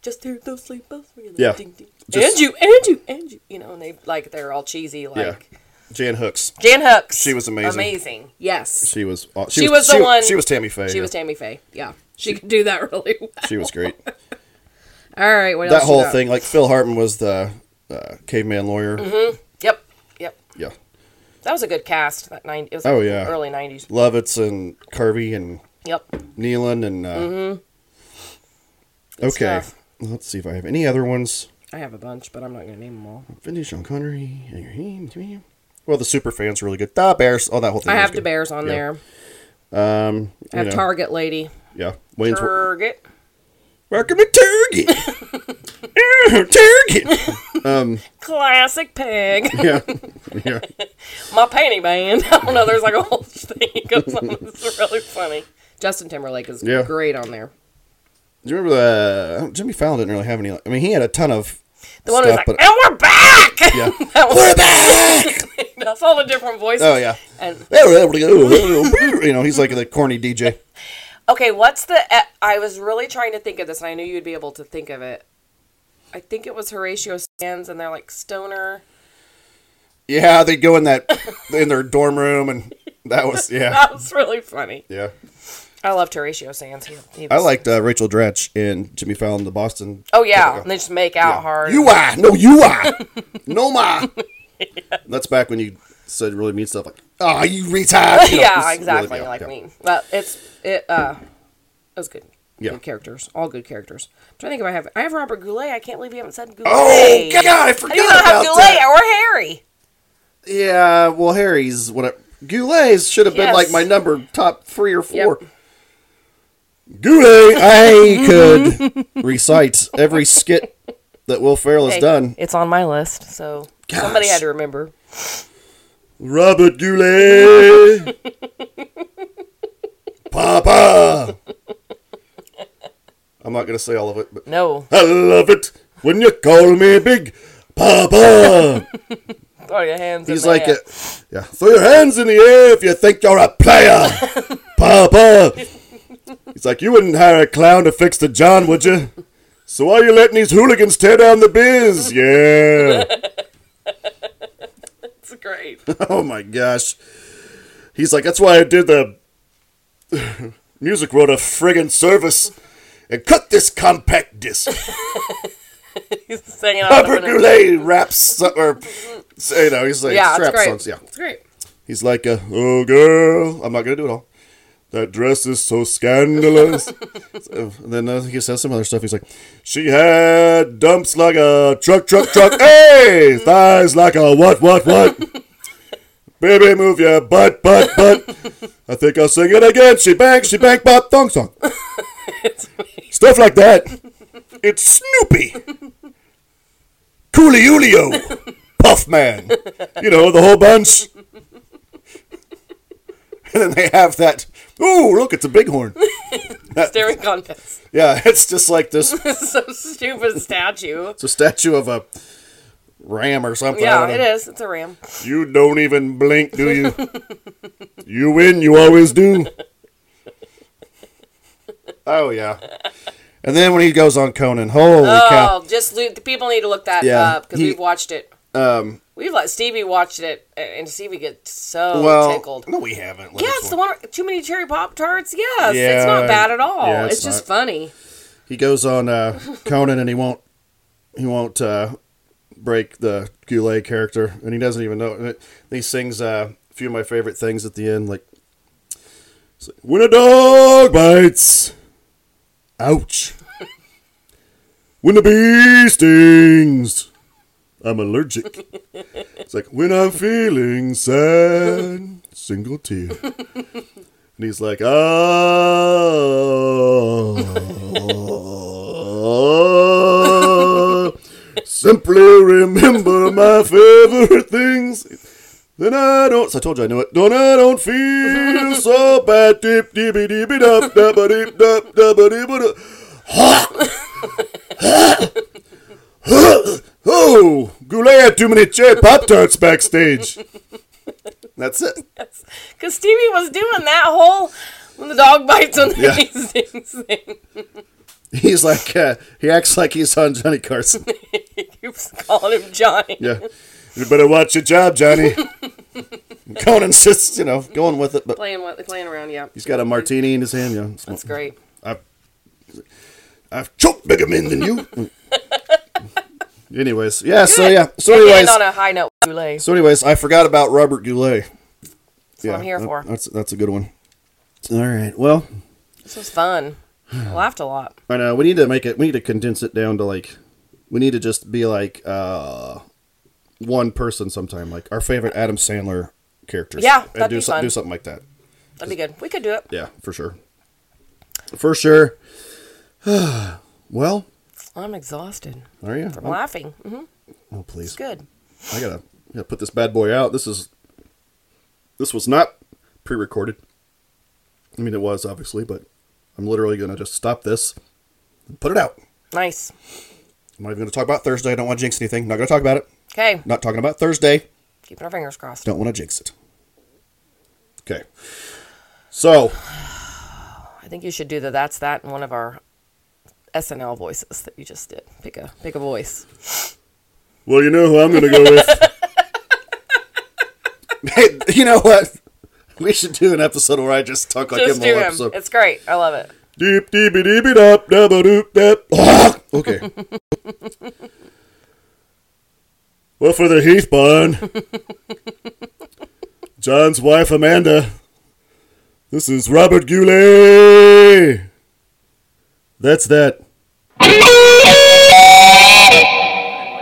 [SPEAKER 2] just hear those sleigh bells ringing.
[SPEAKER 1] Yeah.
[SPEAKER 2] Ding, ding.
[SPEAKER 1] Just-
[SPEAKER 2] and you, and you, and you. You know, and they like they're all cheesy.
[SPEAKER 1] yeah,
[SPEAKER 2] Like
[SPEAKER 1] Jan Hooks.
[SPEAKER 2] Jan Hooks.
[SPEAKER 1] She was amazing.
[SPEAKER 2] Amazing. Yes.
[SPEAKER 1] She was. aw-
[SPEAKER 2] She was the
[SPEAKER 1] she,
[SPEAKER 2] one-
[SPEAKER 1] She was Tammy Faye.
[SPEAKER 2] She was Tammy Faye. Yeah. She could do that really well.
[SPEAKER 1] She was great.
[SPEAKER 2] All right. What else
[SPEAKER 1] that
[SPEAKER 2] you
[SPEAKER 1] whole
[SPEAKER 2] got?
[SPEAKER 1] thing, like Phil Hartman was the uh, caveman lawyer.
[SPEAKER 2] Mm-hmm. Yep. Yep.
[SPEAKER 1] Yeah,
[SPEAKER 2] That was a good cast. That nine. It was
[SPEAKER 1] Oh,
[SPEAKER 2] like
[SPEAKER 1] yeah.
[SPEAKER 2] Early nineties.
[SPEAKER 1] Lovitz and Carvey and
[SPEAKER 2] Yep.
[SPEAKER 1] Nealon and. Uh, Okay,
[SPEAKER 2] Mm-hmm. stuff.
[SPEAKER 1] let's see if I have any other ones.
[SPEAKER 2] I have a bunch, but I'm not gonna name them all.
[SPEAKER 1] Vinny Sean Connery. Well, the super fans really good. The Bears. Oh, that whole thing.
[SPEAKER 2] I
[SPEAKER 1] was
[SPEAKER 2] have the
[SPEAKER 1] good.
[SPEAKER 2] bears on
[SPEAKER 1] Yeah.
[SPEAKER 2] there.
[SPEAKER 1] Um, you
[SPEAKER 2] I have
[SPEAKER 1] know,
[SPEAKER 2] Target Lady.
[SPEAKER 1] Yeah, Wayne's Wor-
[SPEAKER 2] Target.
[SPEAKER 1] Welcome to Target. Target.
[SPEAKER 2] Classic pig.
[SPEAKER 1] Yeah, yeah.
[SPEAKER 2] my panty band. I don't know. There's like a whole thing that goes on. It's really funny. Justin Timberlake is
[SPEAKER 1] Yeah.
[SPEAKER 2] great on there.
[SPEAKER 1] Do you remember the uh, Jimmy Fallon didn't really have any? I mean, he had a ton of.
[SPEAKER 2] The one who's
[SPEAKER 1] stuff,
[SPEAKER 2] like, and we're back.
[SPEAKER 1] Yeah.
[SPEAKER 2] that
[SPEAKER 1] We're
[SPEAKER 2] was,
[SPEAKER 1] back!
[SPEAKER 2] that's all the different voices.
[SPEAKER 1] Oh yeah.
[SPEAKER 2] And
[SPEAKER 1] you know, he's like the corny DJ.
[SPEAKER 2] okay, what's the? eh, I was really trying to think of this, and I knew you'd be able to think of it. I think it was Horatio Sands, and they're like stoner.
[SPEAKER 1] Yeah, they go in that in their dorm room, and that was yeah,
[SPEAKER 2] That was really funny.
[SPEAKER 1] yeah.
[SPEAKER 2] I loved Horatio Sands. He, he was,
[SPEAKER 1] I liked uh, Rachel Dratch and Jimmy Fallon, the Boston.
[SPEAKER 2] Oh yeah, and they just make out hard.
[SPEAKER 1] You are no, you are no ma. That's back when you said really mean stuff like, "Ah, you retard." You know,
[SPEAKER 2] yeah,
[SPEAKER 1] it's really-
[SPEAKER 2] exactly,
[SPEAKER 1] yeah,
[SPEAKER 2] like
[SPEAKER 1] yeah.
[SPEAKER 2] me. But it's it uh it was good.
[SPEAKER 1] Yeah.
[SPEAKER 2] Good characters. All good characters. I'm trying to think if I have I have Robert Goulet. I can't believe you haven't said Goulet.
[SPEAKER 1] Oh God, I forgot
[SPEAKER 2] I do not have
[SPEAKER 1] about
[SPEAKER 2] Goulet
[SPEAKER 1] that.
[SPEAKER 2] or Harry.
[SPEAKER 1] Yeah, well, Harry's what I, Goulet's should have been
[SPEAKER 2] Yes.
[SPEAKER 1] like my number top three or four. Goulet, I
[SPEAKER 2] Mm-hmm.
[SPEAKER 1] could recite every skit that Will Ferrell has
[SPEAKER 2] Hey,
[SPEAKER 1] done.
[SPEAKER 2] It's on my list, so somebody
[SPEAKER 1] Gosh.
[SPEAKER 2] had to remember.
[SPEAKER 1] Robert Goulet, Papa. I'm not gonna say all of it, but
[SPEAKER 2] No.
[SPEAKER 1] I love it when you call me Big Papa.
[SPEAKER 2] Throw your hands
[SPEAKER 1] He's
[SPEAKER 2] in the
[SPEAKER 1] like,
[SPEAKER 2] air.
[SPEAKER 1] a, yeah, throw your hands in the air if you think you're a player, Papa. He's like, you wouldn't hire a clown to fix the John, would you? So why are you letting these hooligans tear down the biz? Yeah.
[SPEAKER 2] it's great.
[SPEAKER 1] oh my gosh. He's like, that's why I did the Music World a friggin' service and cut this compact disc.
[SPEAKER 2] He's singing out
[SPEAKER 1] Papa
[SPEAKER 2] of the
[SPEAKER 1] Goulet raps, uh, or, you know, he's like,
[SPEAKER 2] Yeah, it's
[SPEAKER 1] rap
[SPEAKER 2] great.
[SPEAKER 1] songs, yeah.
[SPEAKER 2] It's great.
[SPEAKER 1] He's like, uh, oh girl, I'm not gonna do it all. That dress is so scandalous. So, and then uh, he says some other stuff. He's like, she had dumps like a truck, truck, truck. hey, thighs like a what, what, what. Baby, move your butt, butt, butt. I think I'll sing it again. She bang, she bang, bop, thong song. Stuff like that. It's Snoopy. Coolio, Puff Man. You know, the whole bunch. And then they have that. Ooh, look, it's a bighorn.
[SPEAKER 2] Staring contest.
[SPEAKER 1] Yeah, it's just like this.
[SPEAKER 2] This is so stupid statue.
[SPEAKER 1] It's a statue of a ram or something. I
[SPEAKER 2] Yeah,
[SPEAKER 1] don't
[SPEAKER 2] it
[SPEAKER 1] know.
[SPEAKER 2] is. It's a ram.
[SPEAKER 1] You don't even blink, do you? you win, you always do. Oh yeah. And then when he goes on Conan, holy cow!
[SPEAKER 2] Oh, just lo- the people need to look that
[SPEAKER 1] Yeah,
[SPEAKER 2] up because
[SPEAKER 1] he-
[SPEAKER 2] we've watched it.
[SPEAKER 1] Um,
[SPEAKER 2] We've like Stevie watched it, and Stevie gets so
[SPEAKER 1] well,
[SPEAKER 2] tickled.
[SPEAKER 1] no, we haven't. Let
[SPEAKER 2] Yeah,
[SPEAKER 1] us
[SPEAKER 2] it's the
[SPEAKER 1] look.
[SPEAKER 2] one. Too many cherry pop tarts. Yes,
[SPEAKER 1] Yeah,
[SPEAKER 2] it's not bad at all.
[SPEAKER 1] yeah, it's
[SPEAKER 2] it's just
[SPEAKER 1] not.
[SPEAKER 2] funny.
[SPEAKER 1] He goes on uh, Conan, and he won't. He won't uh, break the Goulet character, and he doesn't even know. And it- he sings uh, a few of my favorite things at the end, like it's like, "When a dog bites, ouch." when the bee stings, I'm allergic. it's like when I'm feeling sad, single tear. And he's like, ah. Simply remember my favorite things. Then I don't. So I told you I knew it. Don't I don't feel so bad. Dip dippy dippy dup dubba dip dup dubba dip Oh, Goulet had too many cherry pop tarts backstage. That's it.
[SPEAKER 2] Because Stevie was doing that whole when the dog bites on the
[SPEAKER 1] Yeah.
[SPEAKER 2] thing thing.
[SPEAKER 1] He's like uh, he acts like he's on Johnny Carson.
[SPEAKER 2] He keeps calling him Johnny.
[SPEAKER 1] Yeah. You better watch your job, Johnny. Conan's just, you know, going with it, but
[SPEAKER 2] Playing with, playing around, yeah.
[SPEAKER 1] he's got a martini in his hand. Yeah,
[SPEAKER 2] That's great.
[SPEAKER 1] I've choked bigger men than you. anyways, yeah. So yeah. So
[SPEAKER 2] And
[SPEAKER 1] anyways,
[SPEAKER 2] on a high note, Goulet.
[SPEAKER 1] so anyways, I forgot about Robert Goulet. That's
[SPEAKER 2] what I'm here for.
[SPEAKER 1] That's that's a good one. All right. Well,
[SPEAKER 2] This was fun. I laughed a lot.
[SPEAKER 1] I know we need to make it. We need to condense it down to like. We need to just be like uh, one person sometime, like our favorite Adam Sandler characters.
[SPEAKER 2] Yeah,
[SPEAKER 1] And
[SPEAKER 2] that'd
[SPEAKER 1] do
[SPEAKER 2] be
[SPEAKER 1] some-
[SPEAKER 2] fun.
[SPEAKER 1] Do something like that.
[SPEAKER 2] That'd be good. We could do it.
[SPEAKER 1] Yeah, for sure. For sure. well,
[SPEAKER 2] I'm exhausted
[SPEAKER 1] are you?
[SPEAKER 2] from
[SPEAKER 1] Oh,
[SPEAKER 2] laughing. hmm
[SPEAKER 1] oh,
[SPEAKER 2] It's
[SPEAKER 1] please.
[SPEAKER 2] good.
[SPEAKER 1] I gotta, gotta put this bad boy out. This is this was not pre-recorded. I mean, it was obviously, but I'm literally gonna just stop this and put it out.
[SPEAKER 2] Nice.
[SPEAKER 1] I'm not even gonna talk about Thursday. I don't want to jinx anything. Not gonna talk about it.
[SPEAKER 2] Okay.
[SPEAKER 1] Not talking about Thursday.
[SPEAKER 2] Keeping our fingers crossed.
[SPEAKER 1] Don't want to jinx it. Okay. So
[SPEAKER 2] I think you should do the that's that in one of our SNL voices that you just did. Pick a pick a voice.
[SPEAKER 1] Well, you know who I'm going to go with. hey, you know what? We should do an episode where I just talk like
[SPEAKER 2] Just
[SPEAKER 1] him
[SPEAKER 2] do
[SPEAKER 1] the whole
[SPEAKER 2] him.
[SPEAKER 1] episode.
[SPEAKER 2] It's great. I love it.
[SPEAKER 1] Deep, deepy, deepy, dop, dabba, doop, dap. Okay. well, for the Heath Barn, John's wife Amanda. This is Robert Goulet. That's that.